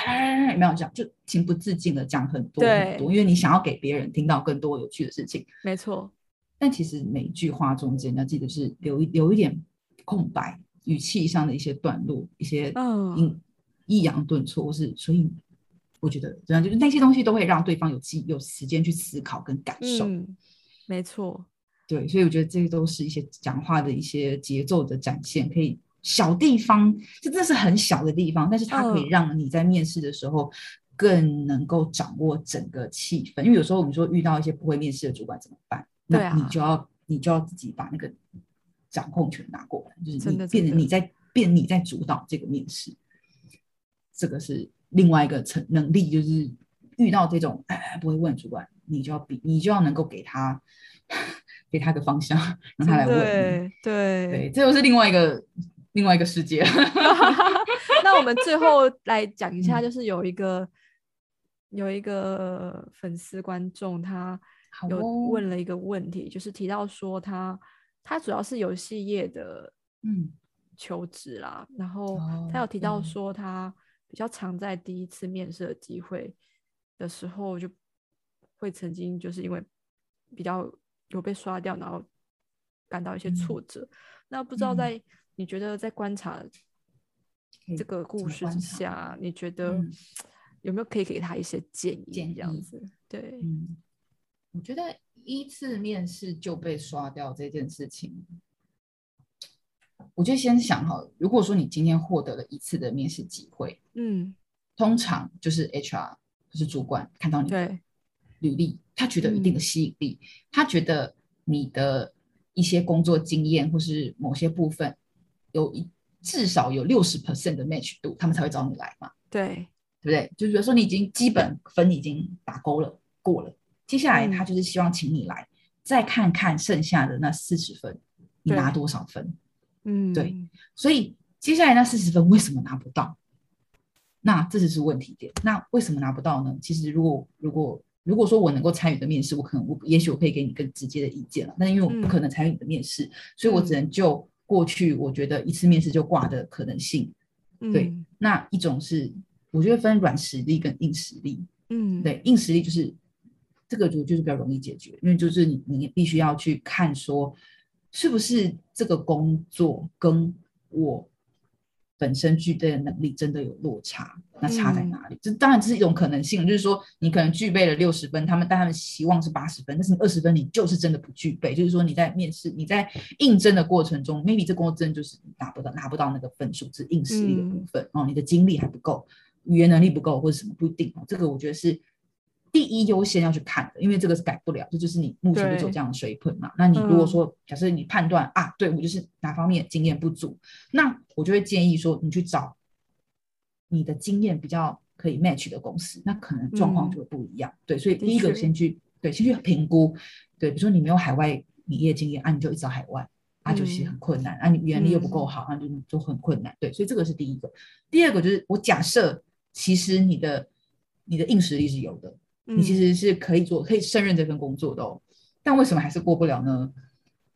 S2: 有没有讲，就情不自禁的讲很多
S1: 对
S2: 很多，因为你想要给别人听到更多有趣的事情。
S1: 啊没错，
S2: 但其实每一句话中间，你要记得是留一留一点空白，语气上的一些段落，一些
S1: 嗯
S2: 抑抑扬顿挫，或是所以我觉得这样就是那些东西都会让对方有机有时间去思考跟感受。
S1: 嗯，没错，
S2: 对，所以我觉得这些都是一些讲话的一些节奏的展现，可以小地方，这真的是很小的地方，但是它可以
S1: 嗯
S2: 让你在面试的时候更能够掌握整个气氛。因为有时候我们说遇到一些不会面试的主管怎么办？
S1: 对
S2: 那
S1: 啊
S2: 你就要你就要自己把那个掌控权拿过来，就是
S1: 真的
S2: 你变
S1: 真
S2: 成
S1: 的
S2: 你在变你在主导这个面试，这个是另外一个成能力，就是遇到这种哎不会问主管，你就要比你就要能够给他给他个方 向，让他来问你。
S1: 对对。
S2: 对，这又是另外一个另外一个 世界。
S1: 那我们最后来讲一下，
S2: 嗯
S1: 就是有一个有一个粉丝观众他
S2: 好
S1: 有
S2: 哦
S1: 问了一个问题，就是提到说他他主要是游戏业的
S2: 嗯，
S1: 求职啦，然后
S2: 哦
S1: 他有提到
S2: 嗯
S1: 说他比较常在第一次面试的机会的时候，就会曾经就是因为比较有被刷掉，然后感到一些
S2: 嗯
S1: 挫折。那不知道
S2: 嗯
S1: 在你觉得在观察
S2: 可以
S1: 这个故
S2: 么
S1: 事
S2: 观
S1: 之
S2: 察
S1: 下，你觉得
S2: 嗯
S1: 有没有可以给他一些建议？
S2: 建
S1: 这样
S2: 议
S1: 子，对，
S2: 嗯，我觉得一次面试就被刷掉这件事情，我就先想好，如果说你今天获得了一次的面试机会，
S1: 嗯，
S2: 通常就是 HR 就是主管看到你的
S1: 对，
S2: 履历，他觉得有一
S1: 嗯
S2: 定的吸引力，他觉得你的一些工作经验或是某些部分有一至少有六十 percent 的 match 度，他们才会找你来嘛。
S1: 对，
S2: 对不对？就是比如说你已经基本分已经打勾了，过了，接下来
S1: 嗯
S2: 他就是希望请你来、再看看剩下的那四十分，你
S1: 对
S2: 拿多少分？
S1: 嗯，
S2: 对，所以接下来那四十分为什么拿不到？那这就是问题点。那为什么拿不到呢？其实如果如果如果说我能够参与的面试，我可能我也许我可以给你更直接的意见了。但因为我不可能参与你的面试，所以我只能就过去我觉得一次面试就挂的可能性对
S1: 嗯，
S2: 那一种是，我觉得分软实力跟硬实力。
S1: 嗯，
S2: 对，硬实力就是这个，就就是比较容易解决，因为就是你你必须要去看说，是不是这个工作跟我本身具备的能力真的有落差，那差在
S1: 嗯
S2: 哪里？这当然这是一种可能性，就是说你可能具备了六十分，他们但他们希望是八十分，但是你二十分你就是真的不具备，就是说你在面试你在应征的过程中，maybe 这工作真的就是拿不到拿不到那个分数，是硬实力的部
S1: 嗯
S2: 分、哦，你的经历还不够，语言能力不够或者什么不一定哦，这个我觉得是第一优先要去看的，因为这个是改不了，这就是你目前就只有
S1: 对
S2: 这样的水准嘛。那你如
S1: 嗯
S2: 果说、假设你判断啊，对我就是哪方面的经验不足，那我就会建议说你去找你的经验比较可以 match 的公司，那可能状况就会不一样。对，所以
S1: 嗯的
S2: 第一个
S1: 确
S2: 先去对先去评估，对，比如说你没有海外你业经验，啊，你就一直到海外。啊，就是
S1: 嗯
S2: 很困难，啊，你原力又不够好，啊，就就很困难。对，所以这个是第一个。第二个就是，我假设其实你的你的硬实力是有的，你其
S1: 嗯
S2: 实是可以做，可以胜任这份工作的哦。但为什么还是过不了呢？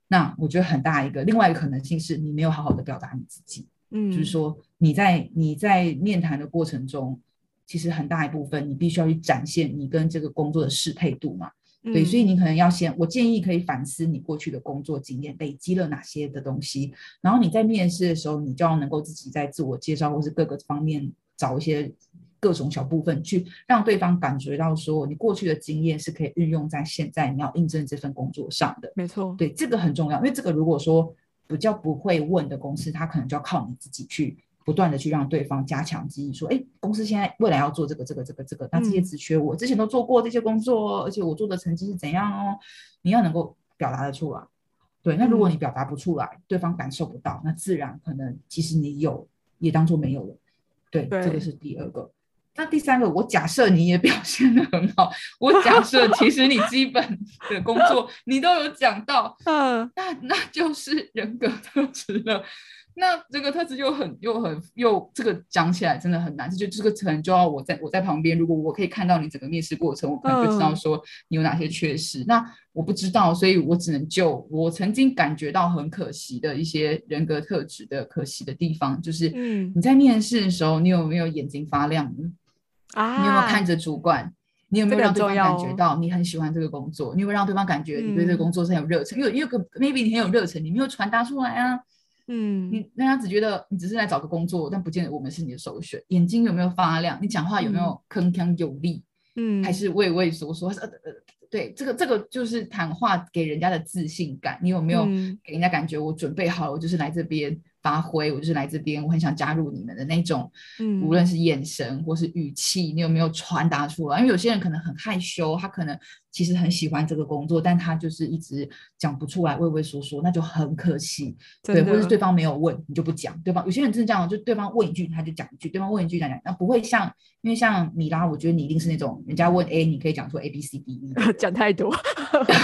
S2: 那我觉得很大一个，另外一个可能性是你没有好好的表达你自己，
S1: 嗯，
S2: 就是说你在你在面谈的过程中，其实很大一部分你必须要去展现你跟这个工作的适配度嘛。对，
S1: 嗯
S2: 所以你可能要先，我建议可以反思你过去的工作经验累积了哪些的东西，然后你在面试的时候，你就要能够自己在自我介绍或是各个方面找一些各种小部分，去让对方感觉到说你过去的经验是可以运用在现在你要应征这份工作上的。
S1: 没错，
S2: 对，这个很重要，因为这个如果说比较不会问的公司，它可能就要靠你自己去不断的去让对方加强记忆，说，哎，公司现在未来要做这个、这个、这个、这个，那这些
S1: 嗯
S2: 职缺我之前都做过这些工作哦，而且我做的成绩是怎样哦，你要能够表达得出来。对，那
S1: 嗯
S2: 如果你表达不出来，对方感受不到，那自然可能其实你有也当做没有了。对，这个
S1: 对
S2: 是第二个。那第三个，我假设你也表现得很好，我假设其实你基本的工作 你都有讲到，
S1: 嗯，
S2: 那那 就是人格特质了。那这个特质又很又很又这个讲起来真的很难，这就这个可能就要我在我在旁边，如果我可以看到你整个面试过程，我可能就知道
S1: 嗯
S2: 说你有哪些缺失。那我不知道，所以我只能就我曾经感觉到很可惜的一些人格特质的可惜的地方，就是
S1: 嗯
S2: 你在面试的时候，你有没有眼睛发亮呢？
S1: 啊，
S2: 你有没有看着主管？你有没有
S1: 这个
S2: 让
S1: 很
S2: 对方
S1: 重要
S2: 感觉
S1: 哦
S2: 到你很喜欢这个工作？你有没有让对方感觉你对这个
S1: 嗯
S2: 工作是很有热忱？因为因为可 maybe 你很有热忱，你没有传达出来啊，
S1: 嗯，
S2: 你让他只觉得你只是来找个工作，但不见得我们是你的首选。眼睛有没有发亮？你讲话有没有铿锵有力？
S1: 嗯
S2: 还是畏畏缩缩？呃呃，呃对，这个这个就是谈话给人家的自信感。你有没有
S1: 嗯
S2: 给人家感觉我准备好了，我就是来这边发挥，我就是来这边，我很想加入你们的那种
S1: 嗯
S2: 无论是眼神或是语气，你有没有传达出来？因为有些人可能很害羞，他可能其实很喜欢这个工作，但他就是一直讲不出来，畏畏缩缩，那就很可惜。对，
S1: 真
S2: 或是
S1: 的
S2: 对方没有问，你就不讲。对方有些人真的这样，就对方问一句他就讲一句，对方问一句讲讲，那不会像因为像米拉，我觉得你一定是那种人家问 A，你可以讲出 A B C D E。
S1: 讲太 多，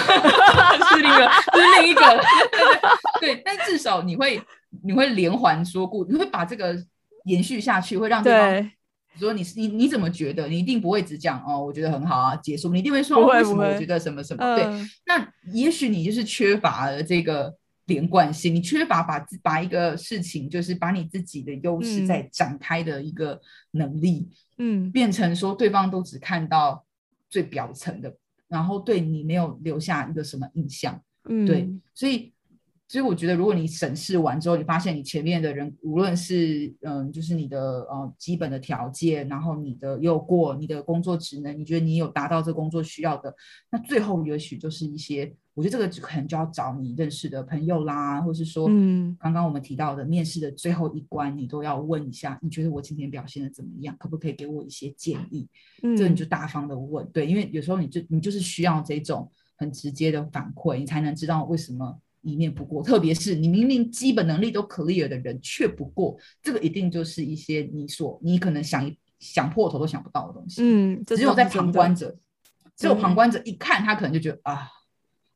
S2: 是另一个，是另一个， 对，但至少你会你会连环说故，你会把这个延续下去，会让对方
S1: 对，
S2: 比如说你是你你怎么觉得？你一定不会只讲哦，我觉得很好啊，结束。你一定会说
S1: 不
S2: 哦
S1: 会
S2: 为什
S1: 不
S2: 么我
S1: 会
S2: 觉得什么什么、对。
S1: 嗯
S2: 那也许你就是缺乏了这个连贯性，你缺乏把自把一个事情，就是把你自己的优势
S1: 嗯
S2: 再展开的一个能力，
S1: 嗯
S2: 变成说对方都只看到最表层的，然后对你没有留下一个什么印象。
S1: 嗯，
S2: 对，所以所以我觉得，如果你审视完之后，你发现你前面的人，无论是嗯，就是你的呃基本的条件，然后你的又过你的工作职能，你觉得你有达到这工作需要的，那最后也许就是一些，我觉得这个可能就要找你认识的朋友啦，或是说。
S1: 嗯
S2: 刚刚我们提到的面试的最后一关，你都要问一下，你觉得我今天表现的怎么样？可不可以给我一些建议？
S1: 嗯，
S2: 这你就大方的问，对，因为有时候你就你就是需要这种很直接的反馈，你才能知道为什么一面不过。特别是你明明基本能力都 clear 的人却不过，这个一定就是一些你所你可能想想破头都想不到的东西。，
S1: 嗯，这
S2: 只有
S1: 倒
S2: 在
S1: 是真
S2: 旁
S1: 的
S2: 观者，只有旁
S1: 对
S2: 观者一看，他可能就觉得啊，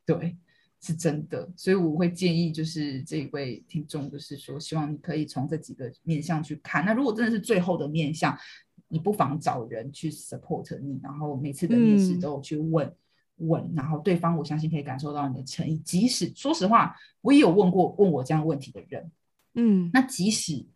S2: 对，是真的。所以我会建议，就是这一位听众，就是说，希望你可以从这几个面向去看。那如果真的是最后的面向，你不妨找人去 support 你，然后每次的面试
S1: 嗯
S2: 都有去问。问，然后对方我相信可以感受到你的诚意。即使说实话，我也有问过问我这样问题的人，
S1: 嗯
S2: 那即使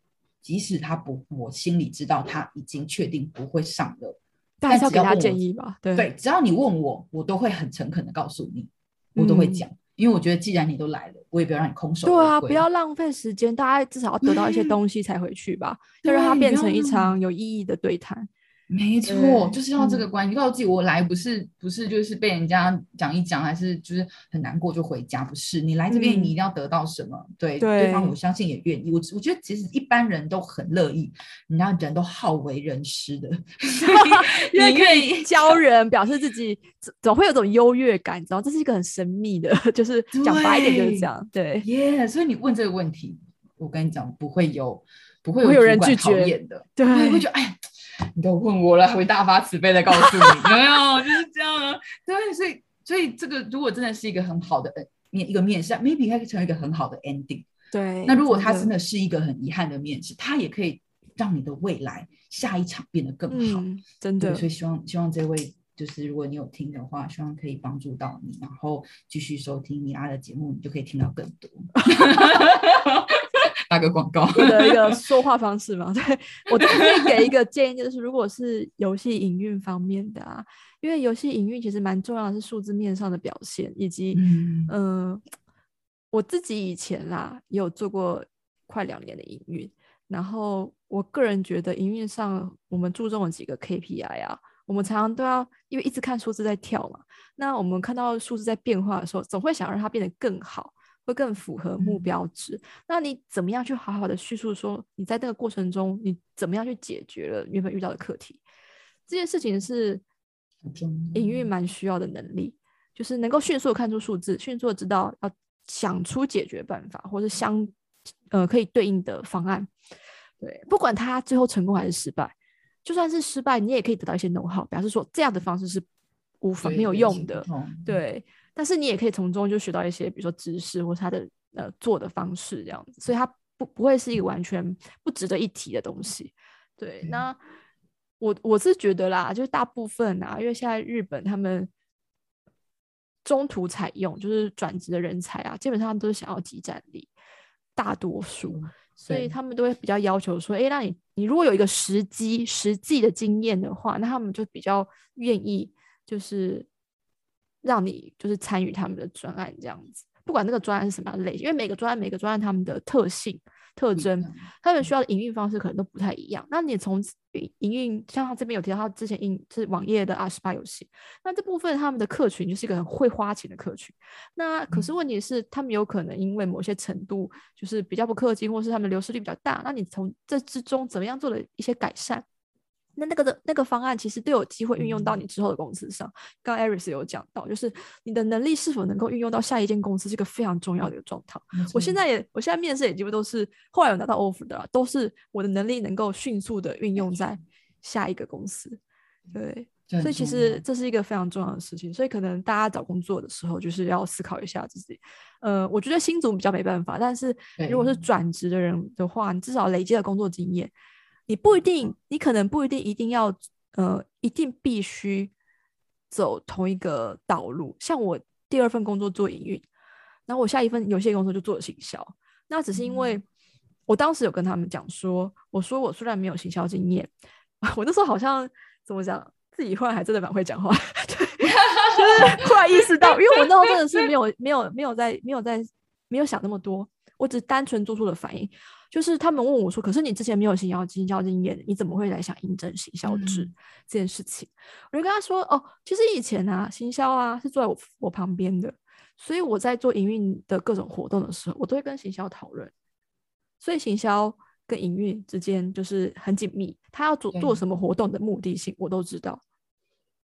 S2: 即使他不，我心里知道他已经确定不会上了，
S1: 但还是要
S2: 只
S1: 给
S2: 要
S1: 他
S2: 问我
S1: 建议吧，对
S2: 对，只要你问我，我都会很诚恳的告诉你，我都会
S1: 嗯
S2: 讲，因为我觉得既然你都来了，我也不要让你空手
S1: 对
S2: 而
S1: 啊，
S2: 归
S1: 不要浪费时间，大家至少要得到一些
S2: 对
S1: 东西才回去吧，要让它
S2: 嗯对
S1: 变
S2: 不要
S1: 成一
S2: 让
S1: 场有意义的对谈，
S2: 没错，
S1: 对
S2: 就是要这个
S1: 嗯
S2: 关系。告诉自己，我来不是不是就是被人家讲一讲，还是就是很难过就回家，不是。你来这边，
S1: 嗯
S2: 你一定要得到什么？对，
S1: 对
S2: 对方我相信也愿意。我我觉得其实一般人都很乐意，人家人都好为人师的， 所 以你愿意
S1: 教人表示自己总总会有种优越感，你知道 这是一个很神秘的，就是讲白一点就是
S2: 对
S1: 这样，对，
S2: 耶所以你问这个问题，我跟你讲，不会有不会
S1: 不会有
S2: 主
S1: 人
S2: 管
S1: 拒
S2: 讨
S1: 绝
S2: 厌的，
S1: 对
S2: 对，会觉得哎呀，你都问我了，我会大发慈悲的告诉你， 没有，就是这样啊。对，所以所以这个如果真的是一个很好的呃面一个面试啊，maybe 它可以成为一个很好的 ending。
S1: 对。
S2: 那如果它真
S1: 的
S2: 的是一个很遗憾的面试，它也可以让你的未来下一场变得更好。
S1: 嗯，真
S2: 对，
S1: 的
S2: 所以希望希望这位就是如果你有听的话，希望可以帮助到你，然后继续收听米拉的节目，你就可以听到更 多。打个广告，
S1: 我的一个说话方式嘛。对 我这边可以给一个建议，就是如果是游戏营运方面的啊，因为游戏营运其实蛮重要的是数字面上的表现，以及
S2: 嗯
S1: 嗯，我自己以前啦也有做过快两年的营运，然后我个人觉得营运上我们注重了几个 KPI 啊，我们常常都要因为一直看数字在跳嘛，那我们看到数字在变化的时候，总会想让它变得更好，会更符合目
S2: 嗯
S1: 标值。那你怎么样去好好的叙述说你在这个过程中你怎么样去解决了原本遇到的课题？这件事情是
S2: 很重要
S1: 营运蛮需要的能力，就是能够迅速地看出数字，迅速地知道要想出解决办法，或是相呃可以对应的方案。对，不管它最后成功还是失败，就算是失败，你也可以得到一些 know how，表示说这样的方式是无法
S2: 对
S1: 没有
S2: 人
S1: 用
S2: 性不
S1: 的。
S2: 同，
S1: 对，但是你也可以从中就学到一些，比如说知识或是他的呃做的方式这样子，所以它不不会是一个完全不值得一提的东西。对，
S2: 对
S1: 那我我是觉得啦，就是大部分啊，因为现在日本他们中途采用就是转职的人才啊，基本上都是想要集战力，大多数。
S2: 嗯
S1: 所以
S2: 对
S1: 他们都会比较要求说，哎、那你你如果有一个实际实际的经验的话，那他们就比较愿意就是让你就是参与他们的专案这样子，不管那个专案是什么样的类型，因为每个专案每个专案他们的特性特
S2: 不一
S1: 征
S2: 样，
S1: 他们需要的营运方式可能都不太一样。那你从营营运，像他这边有提到，他之前营是网页的二十八游戏，那这部分他们的客群就是一个很会花钱的客群。那可是问题是，他们有可能因为某些程度就是比较不氪金，或是他们流失率比较大。那你从这之中怎么样做了一些改善？那那个的那个方案其实都有机会运用到你之后的公司上。刚刚 Iris 有讲到，就是你的能力是否能够运用到下一间公司，是一个非常重要的一个状态。
S2: 没
S1: 我
S2: 错
S1: 现在也，我现在面试也几乎都是后来有拿到 offer 的啦，啊都是我的能力能够迅速的运用在下一个公司。对，
S2: 这很
S1: 所以其
S2: 重
S1: 实
S2: 要
S1: 这是一个非常重要的事情，所以可能大家找工作的时候，就是要思考一下自己。呃，我觉得新组比较没办法，但是如果是
S2: 对
S1: 转职的人的话，你至少累积了工作经验，你不一定，你可能不一定一定要，呃，一定必须走同一个道路。像我第二份工作做营运，然后我下一份有些工作就做了行销，那只是因为我当时有跟他们讲说，我说我虽然没有行销经验， 我那时候好像怎么讲，自己忽然还真的 蛮会讲话，对，就是忽然意识到，因为我那时候真的是没有没有没有在没有在没有想那么多，我只单纯做出了反应。就是他们问我说：“可是你之前没有行销行销经验，你怎么会来想应征行销制
S2: 嗯
S1: 这件事情？”我就跟他说：“哦，其实以前啊，行销啊是坐在我我旁边的，所以我在做营运的各种活动的时候，我都会跟行销讨论。所以行销跟营运之间就是很紧密，他要做做
S2: 对
S1: 什么活动的目的性我都知道。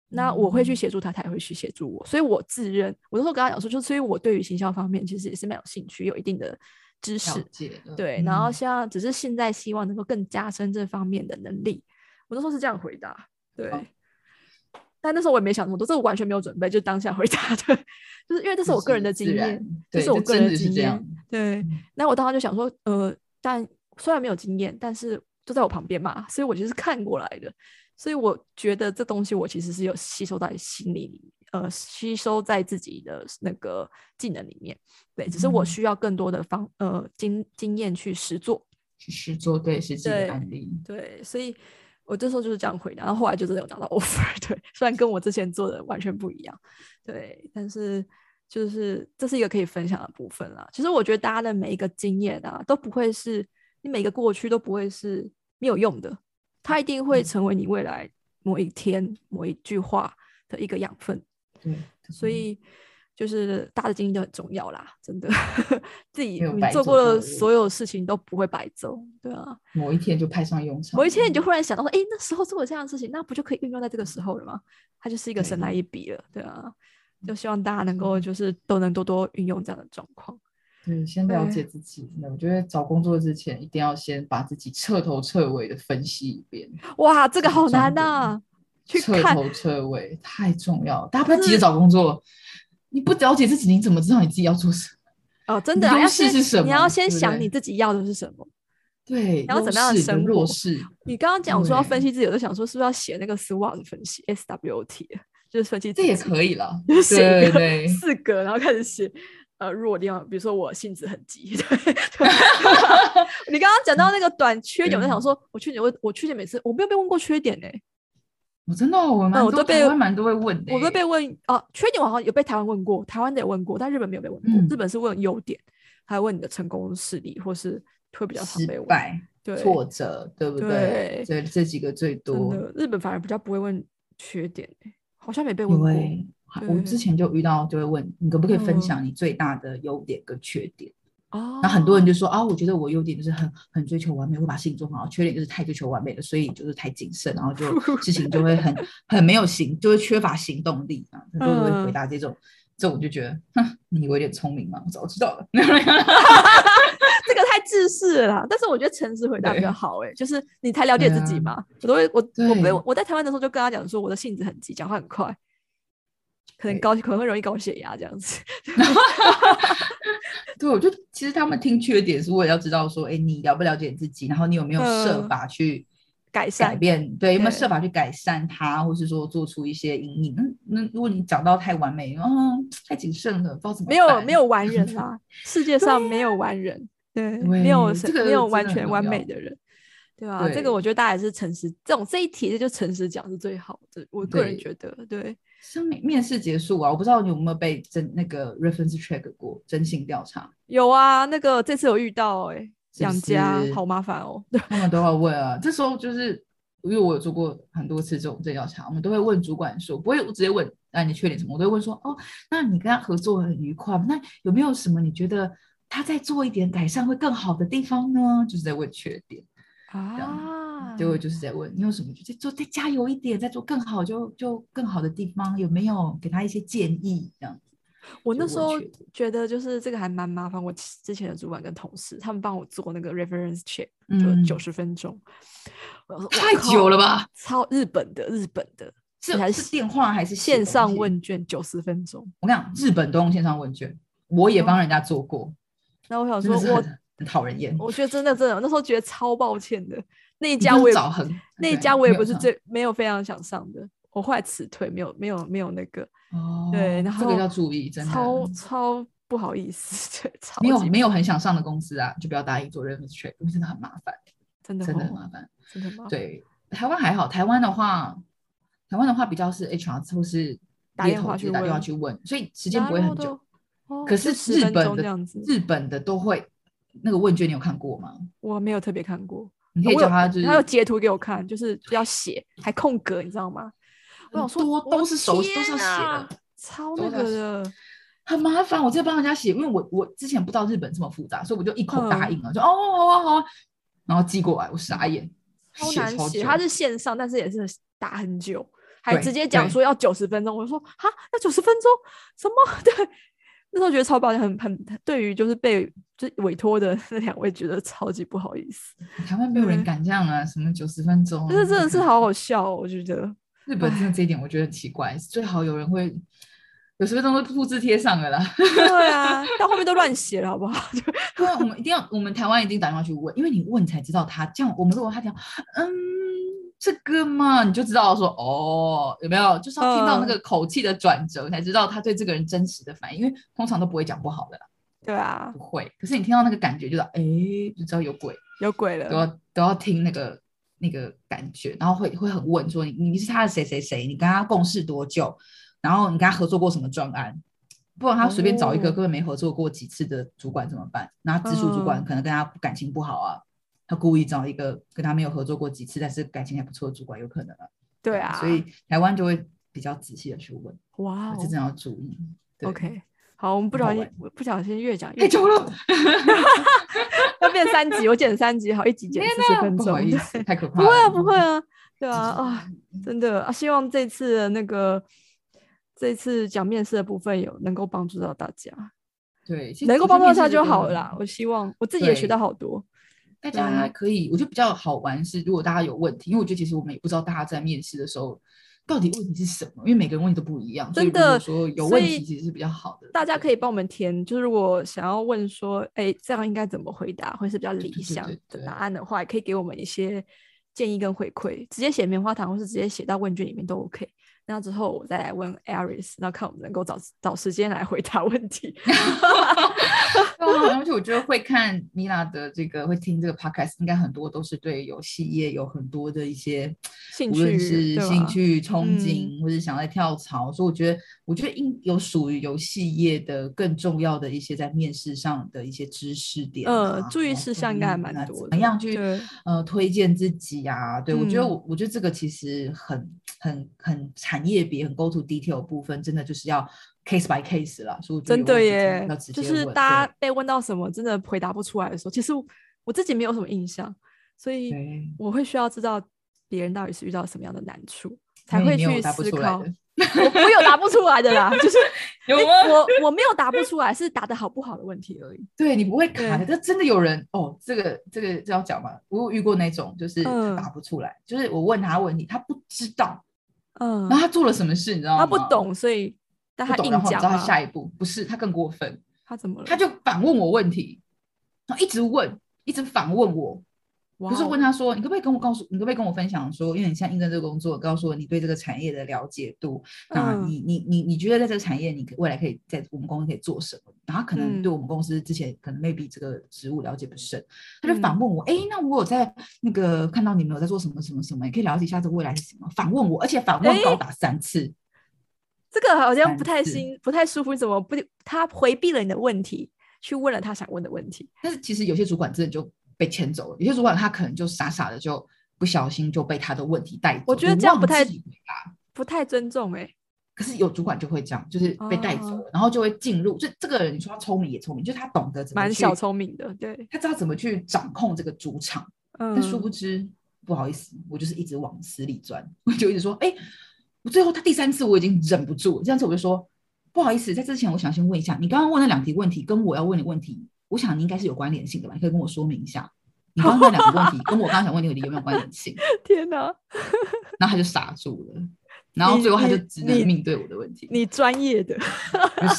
S1: 那我会去
S2: 嗯
S1: 协助他，他也会去协助我。所以我自认，我那时候跟他讲说，就所以我对于行销方面其实也是蛮有兴趣，有一定的知识
S2: 了。解了
S1: 对，然后
S2: 嗯
S1: 希望只是现在希望能够更加深这方面的能力。我那时候是这样回答，对。
S2: 哦
S1: 但那时候我也没想那么多，这个完全没有准备，就当下回答的，就是因为这是我
S2: 自
S1: 个人
S2: 己
S1: 的
S2: 自
S1: 经
S2: 然
S1: 验，这
S2: 对，
S1: 是我个
S2: 真
S1: 人
S2: 的
S1: 的
S2: 是
S1: 经
S2: 这样
S1: 验，对
S2: 嗯。
S1: 那我当时就想说，呃，但虽然没有经验，但是就在我旁边嘛，所以我就是看过来的，所以我觉得这东西我其实是有吸收在心里里，呃，吸收在自己的那个技能里面。对，只是我
S2: 嗯
S1: 需要更多的方呃经经验去实做。
S2: 去实做对实际
S1: 对
S2: 的案例，
S1: 对，所以我这时候就是这样回答，然后后来就真的有拿到 offer。对，虽然跟我之前做的完全不一样，对，但是就是这是一个可以分享的部分啦。其实我觉得大家的每一个经验啊，都不会是你每个过去都不会是没有用的，它一定会
S2: 嗯
S1: 成为你未来某一天某一句话的一个养分。
S2: 对，
S1: 所以就是大的经历都很重要啦，真的， 自己
S2: 没有
S1: 你
S2: 白
S1: 做
S2: 走
S1: 过
S2: 这
S1: 的
S2: 条
S1: 所有事情都不会白走，对啊。
S2: 某一天就派上用场了。
S1: 某一天你就忽然想到说，哎、那时候做了这样的事情，那不就可以运用在这个时候了吗？它就是一个神
S2: 对嗯
S1: 来一笔了，对啊。就希望大家能够就是都能多多运用这样的状况，
S2: 对，先了解自己。真的，我觉得找工作之前一定要先把自己彻头彻尾的分析一遍，
S1: 哇，这个好
S2: 这
S1: 难
S2: 样子
S1: 呐、 去
S2: 彻
S1: 看
S2: 头彻尾太重要了。大家不要急着找工作，你不了解自己，你怎么知道你自己要做什么？
S1: 哦，真的啊
S2: 优
S1: 要
S2: 势
S1: 先
S2: 是什
S1: 你要
S2: 么
S1: 先
S2: 对不
S1: 想
S2: 对
S1: 你自己要的是什么。
S2: 对，
S1: 然后
S2: 优
S1: 怎么样的
S2: 势跟
S1: 生
S2: 弱
S1: 活
S2: 势？
S1: 你刚刚讲说要分
S2: 对
S1: 析自己，我就想说是不是要写那个 SWOT 分析 （SWOT），就是分析自
S2: 这
S1: 己
S2: 也可以了。
S1: 就
S2: 对
S1: 是写一
S2: 对
S1: 个
S2: 对，
S1: 四格，然后开始写呃弱的地方，比如说我性子很急。 对， 对你刚刚讲到那个短缺点，我在
S2: 嗯
S1: 想说，我缺点我我缺点每次我没有被问过缺点呢、
S2: 我真的哦我蛮
S1: 嗯我
S2: 多
S1: 都被
S2: 台湾蛮多会问的欸，
S1: 我都被问哦、缺点我好像有被台湾问过，台湾的也问过，但日本没有被问过。
S2: 嗯
S1: 日本是问优点，还问你的成功事例，或是会比较常
S2: 失
S1: 被问。
S2: 败、
S1: 对，
S2: 挫折，对不
S1: 对
S2: 这这几个最
S1: 真
S2: 多。
S1: 的日本反而比较不会问缺点、欸，好像没被问
S2: 因
S1: 过。
S2: 为我之
S1: 对
S2: 前就遇到，就会问你可不可以分
S1: 嗯
S2: 享你最大的优点跟缺点。
S1: 哦，
S2: 那很多人就说啊，我觉得我优点就是很很追求完美，会把事情做很好；缺点就是太追求完美了，所以就是太谨慎，然后就 事情就会很很没有行，就会缺乏行动力啊。很多人会回
S1: 嗯
S2: 答这种，这我就觉得，哼，你以为有点聪明吗？我早知道了。
S1: 这个太自私了啦，但是我觉得诚实回答比较
S2: 对
S1: 好哎、就是你才了解
S2: 对
S1: 自己
S2: 啊
S1: 嘛。我都会我我没
S2: 对
S1: 有我在台湾的时候就跟他讲说我的性子很急，讲话很快，可能
S2: 对
S1: 高可能会容易高血压这样子。
S2: 对，我就其实他们听缺点是为了要知道说，哎，你了不了解你自己，然后你有没有设
S1: 嗯
S2: 法去
S1: 改
S2: 改
S1: 善
S2: 变，对，有没有设
S1: 对
S2: 法去改善它，或是说做出一些阴影？嗯，那如果你讲到太完美，嗯，太谨慎了，不知道怎么
S1: 没有
S2: 办
S1: 没有完 人啦，世界上没有完人，对，没有
S2: 对
S1: 谁
S2: 这个
S1: 没有
S2: 真
S1: 完
S2: 的很
S1: 全
S2: 重
S1: 完美
S2: 要
S1: 的人，对吧、啊？这
S2: 对
S1: 个我觉得大家还是诚实，这种这一题就诚实讲是最好的，我个人
S2: 对
S1: 觉得对。
S2: 像面面试结束啊，我不知道你有没有被真那个 reference check 过征信调查，
S1: 有啊，那个这次有遇到哎、
S2: 是
S1: 两家
S2: 是
S1: 好麻烦哦。
S2: 他们都要问啊。这时候就是因为我有做过很多次这种征信调查，我们都会问主管说，不会直接问啊你缺点什么，我都会问说哦，那你跟他合作很愉快吗，那有没有什么你觉得他再做一点改善会更好的地方呢？就是在问缺点。
S1: 啊，
S2: 结果就是在问你有什么，就就再加油一点，再做更好，就就更好的地方有没有给他一些建议这样子。
S1: 我那
S2: 就
S1: 时
S2: 我
S1: 候
S2: 觉得
S1: 觉得就是这个还蛮麻烦，我之之前的主管跟同事他们帮我做那个 reference check，就
S2: 嗯
S1: 九十分钟，我说
S2: 太久了？吧？
S1: 哇靠超日本的日本的
S2: 是
S1: 你还
S2: 是电话还是写
S1: 线
S2: 东
S1: 上
S2: 西？
S1: 问卷九十分钟？
S2: 我跟你讲，日本都用线上问卷，我也帮人家做过，
S1: 然后我想
S2: 真的
S1: 说
S2: 是
S1: 我
S2: 很很讨人厌。
S1: 我觉得真的真的，我那时候觉得超抱歉的。那一
S2: 你
S1: 家
S2: 就是
S1: 我也
S2: 找很
S1: 那一
S2: 对啊
S1: 家我也
S2: 没有
S1: 不是
S2: 上
S1: 最没有非常想上的，我后来辞退，没有没有没有那个
S2: 哦，
S1: 对然
S2: 这
S1: 后
S2: 个要注意，真的
S1: 超超不好意思， 对，超
S2: 没有
S1: 级
S2: 没有很想上的公司啊，就不要答应做 reference check，因为真的很麻烦，
S1: 真的
S2: 真的很
S1: 哦
S2: 麻烦。
S1: 真的吗？
S2: 对，台湾还好，台湾的话，台湾的话比较是 HR 或是
S1: 打
S2: 猎
S1: 电
S2: 头
S1: 话
S2: 直接
S1: 去
S2: 打电话
S1: 问
S2: 去问，所以时间不会
S1: なる
S2: 很
S1: ほ
S2: 久。
S1: ど，哦
S2: 可
S1: 就是10
S2: 日
S1: 分
S2: 本
S1: 钟这
S2: 的
S1: 样子，
S2: 日本的都会那个问卷，你有看过吗？
S1: 我没有特别看过，
S2: 你可以
S1: 我
S2: 叫
S1: 有
S2: 他就是
S1: 他有截图给我看，就是要写还空格，你知道吗？我想
S2: 很
S1: 说
S2: 嗯多
S1: 我
S2: 都是手都
S1: 天
S2: 是要写
S1: 哪
S2: 的，
S1: 超
S2: 都
S1: 那
S2: 是要
S1: 个
S2: 写
S1: 的，
S2: 很麻烦。我在帮人家写，因为我我之前不知道日本这么复杂，所以我就一口答
S1: 嗯
S2: 应了，就哦好啊好啊，然后寄过来，我傻眼，
S1: 超
S2: 写
S1: 难
S2: 超
S1: 写。
S2: 久
S1: 它是线上，但是也是打很久，还
S2: 对
S1: 直接讲
S2: 对
S1: 说要九十分钟。我就说哈，要九十分钟，什么？ 对，那时候觉得超抱歉，很很对于就是被就是委托的那两位，觉得超级不好意思，
S2: 台湾没有人
S1: 对
S2: 敢这样啊，什么九十分钟啊，
S1: 就是嗯真的是
S2: 好。
S1: 好好笑、哦，我觉得。
S2: 日本真的这一点我觉得很奇怪，最好有人会有十分钟都复制贴上了啦。
S1: 对啊，到后面都乱写了，好不好？ 就
S2: 对啊，我们一定要，我们台湾一定打电话去问，因为你问才知道他这样。我们如果他讲，嗯，这个嘛，你就知道说哦，有没有？就是要听到那
S1: 嗯
S2: 个口气的转折，才知道他对这个人真实的反应，因为通常都不会讲不好的啦，
S1: 对啊
S2: 不，会。可是你听到那个感觉，就是哎，就知道有鬼，
S1: 有鬼了
S2: 都。要都要听那个。那个感觉，然后会会很问说你你是他的谁谁谁，你跟他共事多久，然后你跟他合作过什么专案，不然他随便找一个
S1: 哦
S2: 根本没合作过几次的主管怎么办？那直属主
S1: 嗯
S2: 管可能跟他感情不好啊，他故意找一个跟他没有合作过几次，但是感情还不错的主管，有可能啊。
S1: 对啊，
S2: 所以台湾就会比较仔细的去问，
S1: 哇哦
S2: 这真的要注意。对
S1: ，OK，好，我们不
S2: 很
S1: 小
S2: 好
S1: 心
S2: 玩
S1: 我不小心越讲
S2: 太
S1: 越
S2: 久了，
S1: 要变三集，我剪三集，好，一集剪四十分
S2: 不
S1: 钟
S2: 好，意思，太可怕
S1: 不
S2: 了。
S1: 会啊，不会啊，对啊，啊，
S2: 嗯，
S1: 真的啊，希望这次的那个这次讲面试的部分有能够帮助到大家。
S2: 对，其实
S1: 能够
S2: 我觉
S1: 帮
S2: 得
S1: 到
S2: 面试
S1: 他
S2: 这
S1: 就
S2: 个
S1: 好
S2: 很
S1: 了啦。我希望我自己也学
S2: 对
S1: 到好多。
S2: 大
S1: 对啊
S2: 家可以，我觉得比较好玩是，如果大家有问题，因为我觉得其实我们也不知道大家在面试的时候到底问题是什么，因为每个人问题都不一样。所以
S1: 真的
S2: 如果说有
S1: 所
S2: 问
S1: 以
S2: 题其实是比较好的。
S1: 大家可
S2: 以
S1: 以帮我们填，就是如果想要问说，哎、这样应该怎么回答，会是比较理
S2: 对对
S1: 想
S2: 对
S1: 的
S2: 对啊
S1: 答案的话，也可以给我们一些建议跟回馈，直接写棉花糖，或是直接写到问卷里面都 OK。那之后我再来问 Aris，然后看我们能够找找时间来回答问 题。
S2: 啊而且我觉得会看米拉的这个，会听这个 podcast，应该很多都是对游戏业有很多的一些
S1: 兴
S2: 无
S1: 趣
S2: 论是
S1: 对
S2: 兴
S1: 吧嗯
S2: 趣、憧憬，或者想要跳槽，所以我觉得，我觉得应有属于游戏业的更重要的一些在面试上的一些知识点、啊，
S1: 呃注意
S2: 然后
S1: 事项应该还蛮
S2: 那
S1: 多
S2: 怎
S1: 的
S2: 么样去
S1: 对
S2: 呃推荐自己啊？对我觉得
S1: 嗯
S2: 我，我觉得这个其实很很很产业别很 go to detail 的部分，真的就是要 case by case 啦，所以我觉得
S1: 真的
S2: 有问题真
S1: 耶
S2: 要直，
S1: 就
S2: 接
S1: 是
S2: 问
S1: 大家被问到什么真的回答不出来的时候，其实我我自己没有什么印象，所
S2: 对
S1: 以
S2: 对
S1: 我会需要知道别人到底是遇到什么样的难处，才
S2: 因
S1: 会
S2: 为嗯你没有
S1: 去
S2: 答不
S1: 思
S2: 出来
S1: 考
S2: 的。
S1: 我我有答不出来的啦， 就是
S2: 有
S1: 诶
S2: 吗
S1: 我我没有答不出来，是答的好不好的问题而已。
S2: 对你不会卡的，
S1: 对
S2: 这真的有人哦，这个这个这要讲嘛，我有遇过那种，就是他
S1: 嗯
S2: 答不出来，就是我问他问题，他不知道，
S1: 嗯
S2: 然，后他做了什么事，你知道吗？
S1: 他不，懂，所以但
S2: 啊
S1: 他
S2: 不懂，
S1: 硬
S2: 然后你
S1: 讲啊
S2: 知道他
S1: 嘛，
S2: 下一步不是，他更过分，
S1: 他怎么了？
S2: 他就反问我问题，然后一直问，一直反问我，
S1: 哇
S2: 不是
S1: 哦
S2: 问他说，你可不可以跟我告诉，你可不可以跟我分享说，因为你现在应征这个工作，告诉我你对这个产业的了解度，那
S1: 嗯
S2: 你你你你觉得在这个产业，你可未来可以在我们公司可以做什么？然后他可能
S1: 嗯
S2: 对我们公司之前可能 maybe 这个职务了解不深，他就反
S1: 嗯
S2: 问我，哎、那我有在那个看到你们有在做什么什么什么，也可以了解一下这个未来是什么？反问我，而且反问
S1: 诶
S2: 高达三次，
S1: 这个好像
S2: 三
S1: 不太
S2: 次
S1: 新，不太舒服，你怎么不？他回避了你的问题，去问了他想问的问题。
S2: 但是其实有些主管真的就被牵走了，有些主管他可能就傻傻的就不小心就被他的问题带走，
S1: 我觉得这样
S2: 忘
S1: 不太
S2: 记回答
S1: 不太尊重哎、
S2: 可是有主管就会这样，就是被带走
S1: 哦
S2: 了，然后就会进入。就这个人，你说他聪明也聪明，就是他懂得怎么
S1: 蛮
S2: 去，
S1: 小聪明的，对，
S2: 他知道怎么去掌控这个主场。
S1: 嗯
S2: 但殊不知，不好意思，我就是一直往死里钻，我就一直说，哎、我最后他第三次我已经忍不住了，这样子我就说，不好意思，在之前我想先问一下，你刚刚问那两题问题跟我要问的问题，我想你应该是有关联性的吧？你可以跟我说明一下，你刚刚那两个 问题跟我刚刚想问的问题有没有关联性？
S1: 嗯天哪，
S2: 然后他就傻住了，然后
S1: 你
S2: 最后他就
S1: 你
S2: 只能
S1: 你
S2: 面对我的问题。
S1: 你专业的，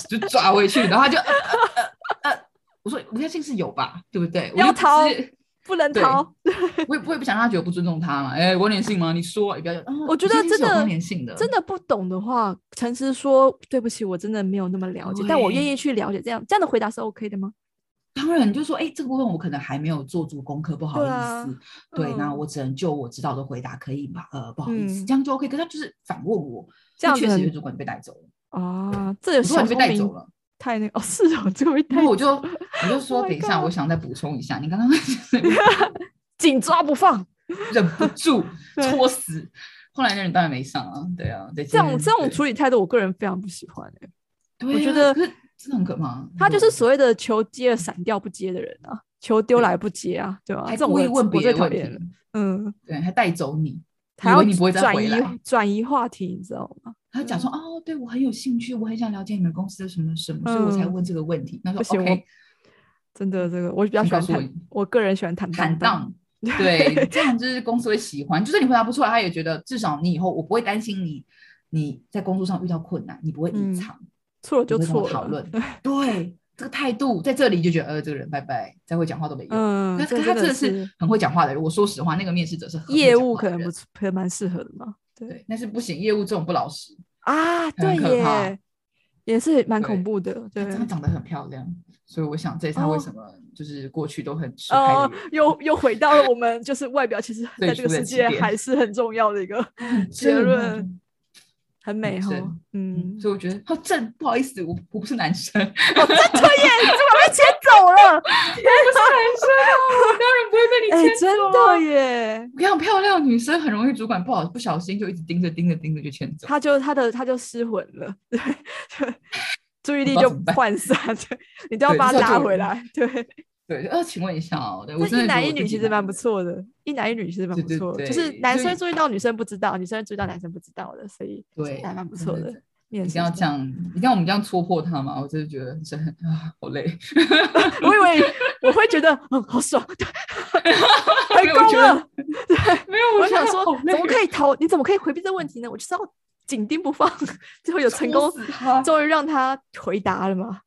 S2: 就就抓回去，然后他就呃呃呃呃，我说我相信是有吧，对不对？我
S1: 要
S2: 就直
S1: 逃
S2: 接
S1: 不能
S2: 对
S1: 逃。
S2: 我也我也不想让他觉得不尊重他嘛。哎，有关联性吗？你说，你不要讲。啊
S1: 我觉得
S2: 相信是有
S1: 真的
S2: 关联性的，
S1: 真的不懂的话，诚实说，对不起，我真的没有那么了解，但我愿
S2: 对
S1: 意去了解。这样这样的回答是 OK 的吗？
S2: 当然，你就说，哎，这个部分我可能还没有做足功课，不好
S1: 对
S2: 意
S1: 啊
S2: 思。对，那
S1: 嗯
S2: 我只能就我知道的回答，可以吗？呃，不好意思，
S1: 嗯
S2: 这样就 OK。可是他就是反问我，
S1: 这样
S2: 那
S1: 子
S2: 确实
S1: 很
S2: 有主管被带走了，哦
S1: 啊，这有
S2: 主管
S1: 小
S2: 被
S1: 聪
S2: 带走
S1: 明
S2: 了。
S1: 太那个哦，是哦，这个会
S2: 然
S1: 太
S2: 后我就 我就说，
S1: Oh my
S2: 等一下，我
S1: God
S2: 想再补充一下，你刚刚就是
S1: 紧抓不放。
S2: 忍不住
S1: 对
S2: 戳死。后来那人当然没上啊，对啊，对
S1: 这种这种
S2: 对
S1: 处理态度，我个人非常不喜欢、欸。
S2: 对
S1: 我
S2: 啊
S1: 觉得
S2: 可是真的很可怕。啊
S1: 他就是
S2: 对
S1: 所谓的球接了闪掉不接的人啊，球丢
S2: 对
S1: 来不接啊，对吧、
S2: 还
S1: 这种
S2: 故
S1: 我
S2: 意
S1: 也
S2: 问
S1: 我
S2: 别
S1: 最
S2: 人
S1: 讨
S2: 问
S1: 厌了。
S2: 题，
S1: 嗯，
S2: 对，还带走你，
S1: 还
S2: 以
S1: 要
S2: 为你不会再
S1: 转
S2: 回
S1: 移嗯
S2: 来，
S1: 转移话题，你知道吗？
S2: 他假装哦，对我很有兴趣，我很想了解你们公司的什么什么，所以我才
S1: 嗯
S2: 问这个问题。那
S1: 不
S2: 说
S1: 行
S2: OK，
S1: 真的，这个我比较
S2: 你
S1: 喜欢
S2: 告诉我
S1: 坦，我个人喜欢坦
S2: 坦
S1: 荡
S2: 荡。 对，这样就是公司会喜欢，就是你回答不出来，他也觉得至少你以后我不会担心你你在工作上遇到困难，你不会隐
S1: 嗯
S2: 藏，
S1: 错了
S2: 就
S1: 就
S2: 跟我
S1: 错
S2: 讨
S1: 了。
S2: 论。 对，这个态度在这里就觉得，呃，这个人拜拜，再会讲话都没用。
S1: 嗯，
S2: 但是
S1: 这
S2: 他
S1: 真
S2: 真的
S1: 的
S2: 是
S1: 是
S2: 很会讲话的人。我说实话，那个面试者是很会
S1: 业
S2: 讲
S1: 务
S2: 话
S1: 可
S2: 的
S1: 能
S2: 人
S1: 不错可能蛮适合的嘛。对
S2: 对，但是不行，业务这种不老实。
S1: 啊，对
S2: 可怕
S1: 耶，也是蛮
S2: 对
S1: 恐怖的。对
S2: 她，真的长得很漂亮，所以我想这也是她为什么就是过去都很吃开
S1: 哦
S2: 的原因，
S1: 又又回到了我们就是外表，其实
S2: 最
S1: 在这个
S2: 初的
S1: 世
S2: 起
S1: 界
S2: 点
S1: 还是很重要的一 个
S2: 很
S1: 结
S2: 正啊
S1: 论。很美哈
S2: 正。
S1: 嗯，
S2: 所以我觉得好正，不好意思，我我不是男生，我不是
S1: 哦，真的耶，你怎么被牵走了？
S2: 男生啊，我当然不会被
S1: 哎
S2: 你，牵走
S1: 真
S2: 啊。
S1: 的耶。
S2: 我跟你讲，漂亮的女生很容易主管不好不小心就一直盯着盯着盯着就牵走。
S1: 他就他的他就失魂了， 对，就注意力
S2: 不知道
S1: 就
S2: 怎么办
S1: 涣散， 对，你都要
S2: 对
S1: 把
S2: 这
S1: 他
S2: 叫
S1: 拉
S2: 做
S1: 回来，对，
S2: 对，呃，请问一下哦，对我真
S1: 这一
S2: 的觉得
S1: 男
S2: 我
S1: 一女
S2: 自己
S1: 其实蛮不
S2: 的
S1: 错的，一男一女其实蛮
S2: 对
S1: 不
S2: 对
S1: 错的，就
S2: 对
S1: 是男
S2: 所
S1: 生
S2: 以
S1: 注意到女生不知道，女生注意到男生不知道的，所以
S2: 对
S1: 还蛮不
S2: 真
S1: 错
S2: 的
S1: 的
S2: 真。
S1: 面
S2: 一
S1: 试
S2: 定要
S1: 是
S2: 这样，一定要我们这样戳破他嘛？我真的觉得真的很 啊，好累。
S1: 我以为我会觉得嗯好爽， 对成
S2: 没有
S1: 功
S2: 我觉得
S1: 了。
S2: 没有，
S1: 我想
S2: 觉得
S1: 说
S2: 好，
S1: 怎
S2: 累啊
S1: 么可以逃？你怎么可以回避这个问题呢？我就是要紧盯不放， 最后有成
S2: 戳
S1: 功，
S2: 死他？
S1: 终于让他回答了嘛。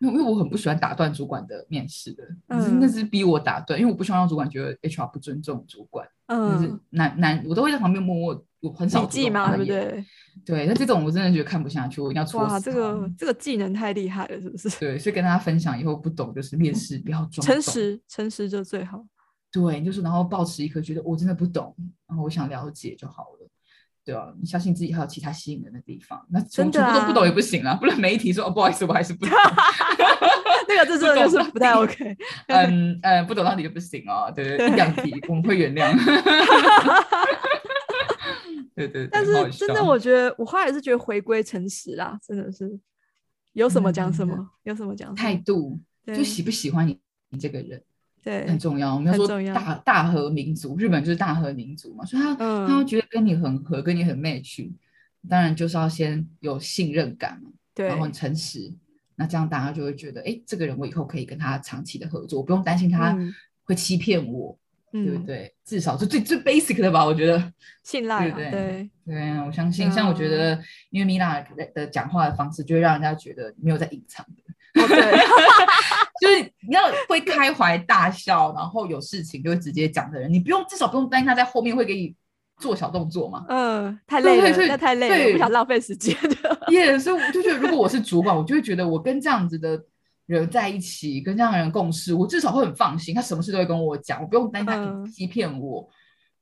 S2: 因为因为我很不喜欢打断主管的面试的，可是那
S1: 嗯
S2: 是逼我打断，因为我不希望让主管觉得 HR 不尊重主管，就是
S1: 嗯，
S2: 男男我都会在旁边默默，我很少
S1: 笔
S2: 主
S1: 记
S2: 动
S1: 嘛，
S2: 发
S1: 对不
S2: 言？
S1: 对？
S2: 对，那这种我真的觉得看不下去，我一定要戳
S1: 哇，
S2: 死
S1: 这
S2: 他
S1: 个这个技能太厉害了，是不是？
S2: 对，所以跟大家分享以后不懂就是面试不要装
S1: 诚
S2: 懂，
S1: 实，诚实就最好。
S2: 对，就是然后保持一颗觉得我真的不懂，然后我想了解就好了。对啊，你相信自己还有其他吸引人的地方。那全
S1: 真的
S2: 全部都不懂
S1: 啊
S2: 也不行啦，不然每一题说哦不好意思，我还 是不懂。
S1: 那个这真的就是不太 OK。
S2: 嗯呃，不懂到底就不行哦，对对，一
S1: 对
S2: 两题我们会原谅。 对对对，
S1: 但
S2: 好好
S1: 是真的，
S2: 笑
S1: 我觉得我后来也是觉得回归诚实啦，真的是有什么讲什
S2: 嗯真的
S1: 么，有什么讲什
S2: 态
S1: 么。
S2: 度就
S1: 对
S2: 喜不喜欢你你这个人很
S1: 对，
S2: 重要。我们要
S1: 很
S2: 说
S1: 重要
S2: 大大和民族，日本就是大和民族嘛，所以他、他会
S1: 嗯，
S2: 觉得跟你很合，跟你很 match，当然就是要先有信任感嘛，
S1: 对
S2: 然后很诚实。那这样大家就会觉得，哎，这个人我以后可以跟他长期的合作，我不用担心他
S1: 嗯
S2: 会欺骗我，对不
S1: 嗯，
S2: 对？至少是最最 basic 的吧，我觉得。
S1: 信赖
S2: 对
S1: 啊，
S2: 对
S1: 对，
S2: 对啊，我相
S1: 对
S2: 信，
S1: 啊
S2: 像我觉得，因为米娜的的讲话的方式，就会让人家觉得没有在隐藏的，
S1: 哦 对，
S2: 就是你要会开怀大笑，然后有事情就会直接讲的人，你不用至少不用担心他在后面会给你做小动作嘛。
S1: 嗯，太
S2: 对
S1: 累
S2: 对
S1: 了，
S2: 对
S1: 那太累了，我
S2: 对
S1: 不想浪费时 间的。
S2: 耶、所以我就觉得，如果我是主管，我就会觉得我跟这样子的人在一起，跟这样的人共事，我至少会很放心，他什么事都会跟我讲，我不用担心他
S1: 嗯
S2: 欺骗我。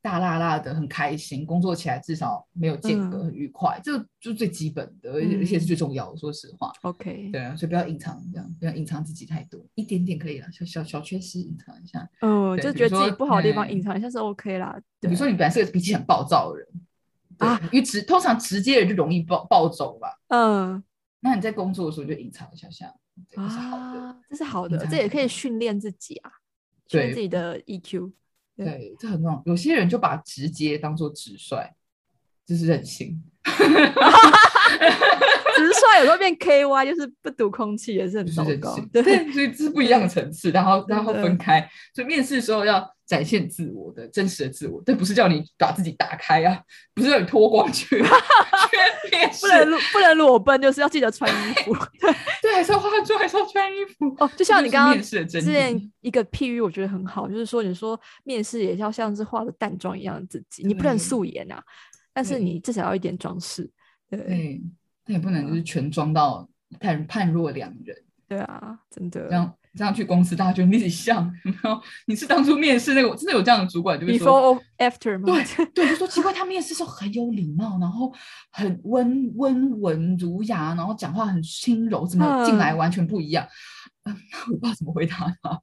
S2: 大辣辣的，很开心，工作起来至少没有间隔，
S1: 嗯
S2: 很愉快，这个就是最基本的，而且、而且是最重要的。说实话，
S1: OK，
S2: 对啊，所以不要隐藏，这样不要隐藏自己太多，一点点可以了，小小小缺失隐藏一下。
S1: 嗯，
S2: 对
S1: 就
S2: 比
S1: 觉
S2: 如
S1: 得自己
S2: 说
S1: 不好的地方
S2: 嗯
S1: 隐藏一下是 OK 啦。
S2: 比如说
S1: 对，
S2: 你本来是个脾气很暴躁的人对
S1: 啊，
S2: 因为直通常直接人就容易暴暴走嘛，
S1: 嗯
S2: 那你在工作的时候就隐藏一下下，对，这是好的。
S1: 啊，这是好
S2: 隐
S1: 的，
S2: 藏
S1: 这
S2: 一
S1: 也
S2: 下
S1: 可以训练自己啊，训
S2: 对
S1: 练自己的 E EQ。对
S2: 对，这很重要。有些人就把直接当做直率，就是任性。
S1: 直率有时候变 KY，就是不读空气也是很
S2: 就是
S1: 糟
S2: 人
S1: 糕
S2: 性。，
S1: 对，
S2: 所以这是不一样的层次，然后
S1: 真
S2: 然后
S1: 的
S2: 分开，所以面试的时候要展现自我的真实的自我，但不是叫你把自己打开啊，不是叫你脱光去 去面试
S1: 不，能裸不能裸奔，就是要记得穿衣服。 对
S2: 对，还是要化妆，还是要穿衣服。
S1: 哦，就像
S2: 这
S1: 你
S2: 是
S1: 刚刚
S2: 面试的
S1: 之
S2: 真谛
S1: 前，一个譬喻，我觉得很好，就是说你说面试也要像是化着淡妆一样的自己，你不能
S2: 对
S1: 素颜啊，但是
S2: 对
S1: 你至少要一点装饰。对
S2: 对，但也不能就是全装到判判若两人，
S1: 对啊，真的
S2: 这。样这样去公司，大家觉得你很 像，有没有？你是当初面试那个，真的有这样的主管就会说
S1: Before or after 吗？
S2: 对对，就说奇怪，他面试时候很有礼貌，然后很温温文儒雅，然后讲话很轻柔，怎么进来
S1: 嗯
S2: 完全不一样？嗯，我不知道怎么回答他。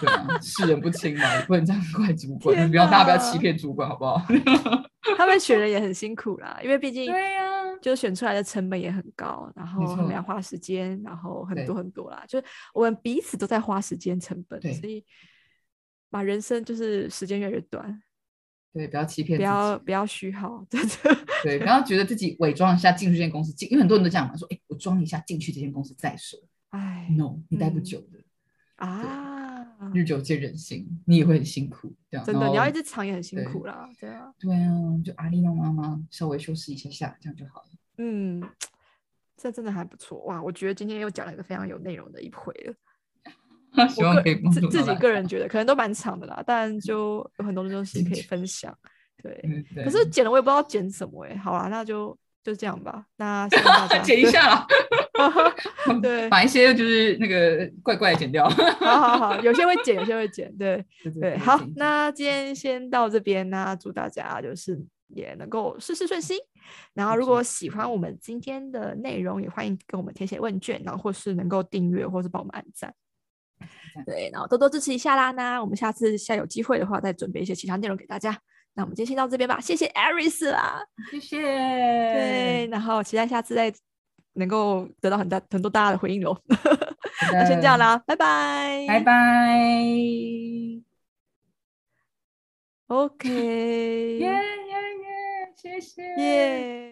S2: 对啊，世人不清嘛，也不能这样怪主管，
S1: 天
S2: 不要大家不要欺
S1: 哪
S2: 骗主管，好不 好？
S1: 他们选人也很辛苦啦，因为毕竟
S2: 对呀、
S1: 就选出来的成本也很高，然后
S2: 错
S1: 很要花时间，然后很
S2: 对
S1: 多很多啦，就是我们彼此都在花时间成本
S2: 对，
S1: 所以把人生就是时间越来越短，
S2: 对，不要欺骗
S1: 不
S2: 自
S1: 要
S2: 己，
S1: 不要虚耗，真 的，
S2: 对，不要觉得自己伪装一下进去这间公司，进，因为很多人都这样嘛，说，哎，我装一下进去这间公司再说。
S1: 哎
S2: No，你待不
S1: 嗯
S2: 久的，
S1: 啊，
S2: 日久见人心，你也会很辛苦。这样
S1: 真
S2: 然
S1: 的，你要
S2: 后
S1: 一直藏也很辛
S2: 对
S1: 苦啦，对啊，
S2: 对啊，就阿丽让妈妈稍微休息一下下，这样就好了。
S1: 嗯，这真的还不错哇，我觉得今天又讲了一个非常有内容的一回了。
S2: 希
S1: 我
S2: 望
S1: 个
S2: 可以帮
S1: 自
S2: 助
S1: 自
S2: 到
S1: 己
S2: 大
S1: 个
S2: 家嗯
S1: 人觉得可能都蛮长的啦，但就有很多东西可以分享。对，
S2: 对嗯对
S1: 可是剪了我也不知道剪什么哎、好啊，那就就这样吧。那谢谢大家。
S2: 剪一 下啦，
S1: 对，对，
S2: 把一些就是那个怪怪的剪掉。
S1: 好好好，有些会剪，有些会剪。对
S2: 对
S1: 对，好，那今天先到这边那祝大家就是也能够事事顺心。然后，
S2: 没
S1: 如果
S2: 错
S1: 喜欢我们今天的内容，也欢迎给我们填写问卷，然后或是能够订阅，或是帮我们按赞。对，然后多多支持一下啦。那我们下次下有机会的话，再准备一些其他内容给大家。那我们今天先到这边吧，谢谢 Aris 啦。
S2: 谢谢，
S1: 对，然后期待下次再能够得到很大很多大家的回应喽。
S2: 好的，
S1: 那
S2: 那
S1: 先这样，啦，拜拜，
S2: 拜。拜，
S1: OK，
S2: 耶耶耶，谢谢，
S1: 耶。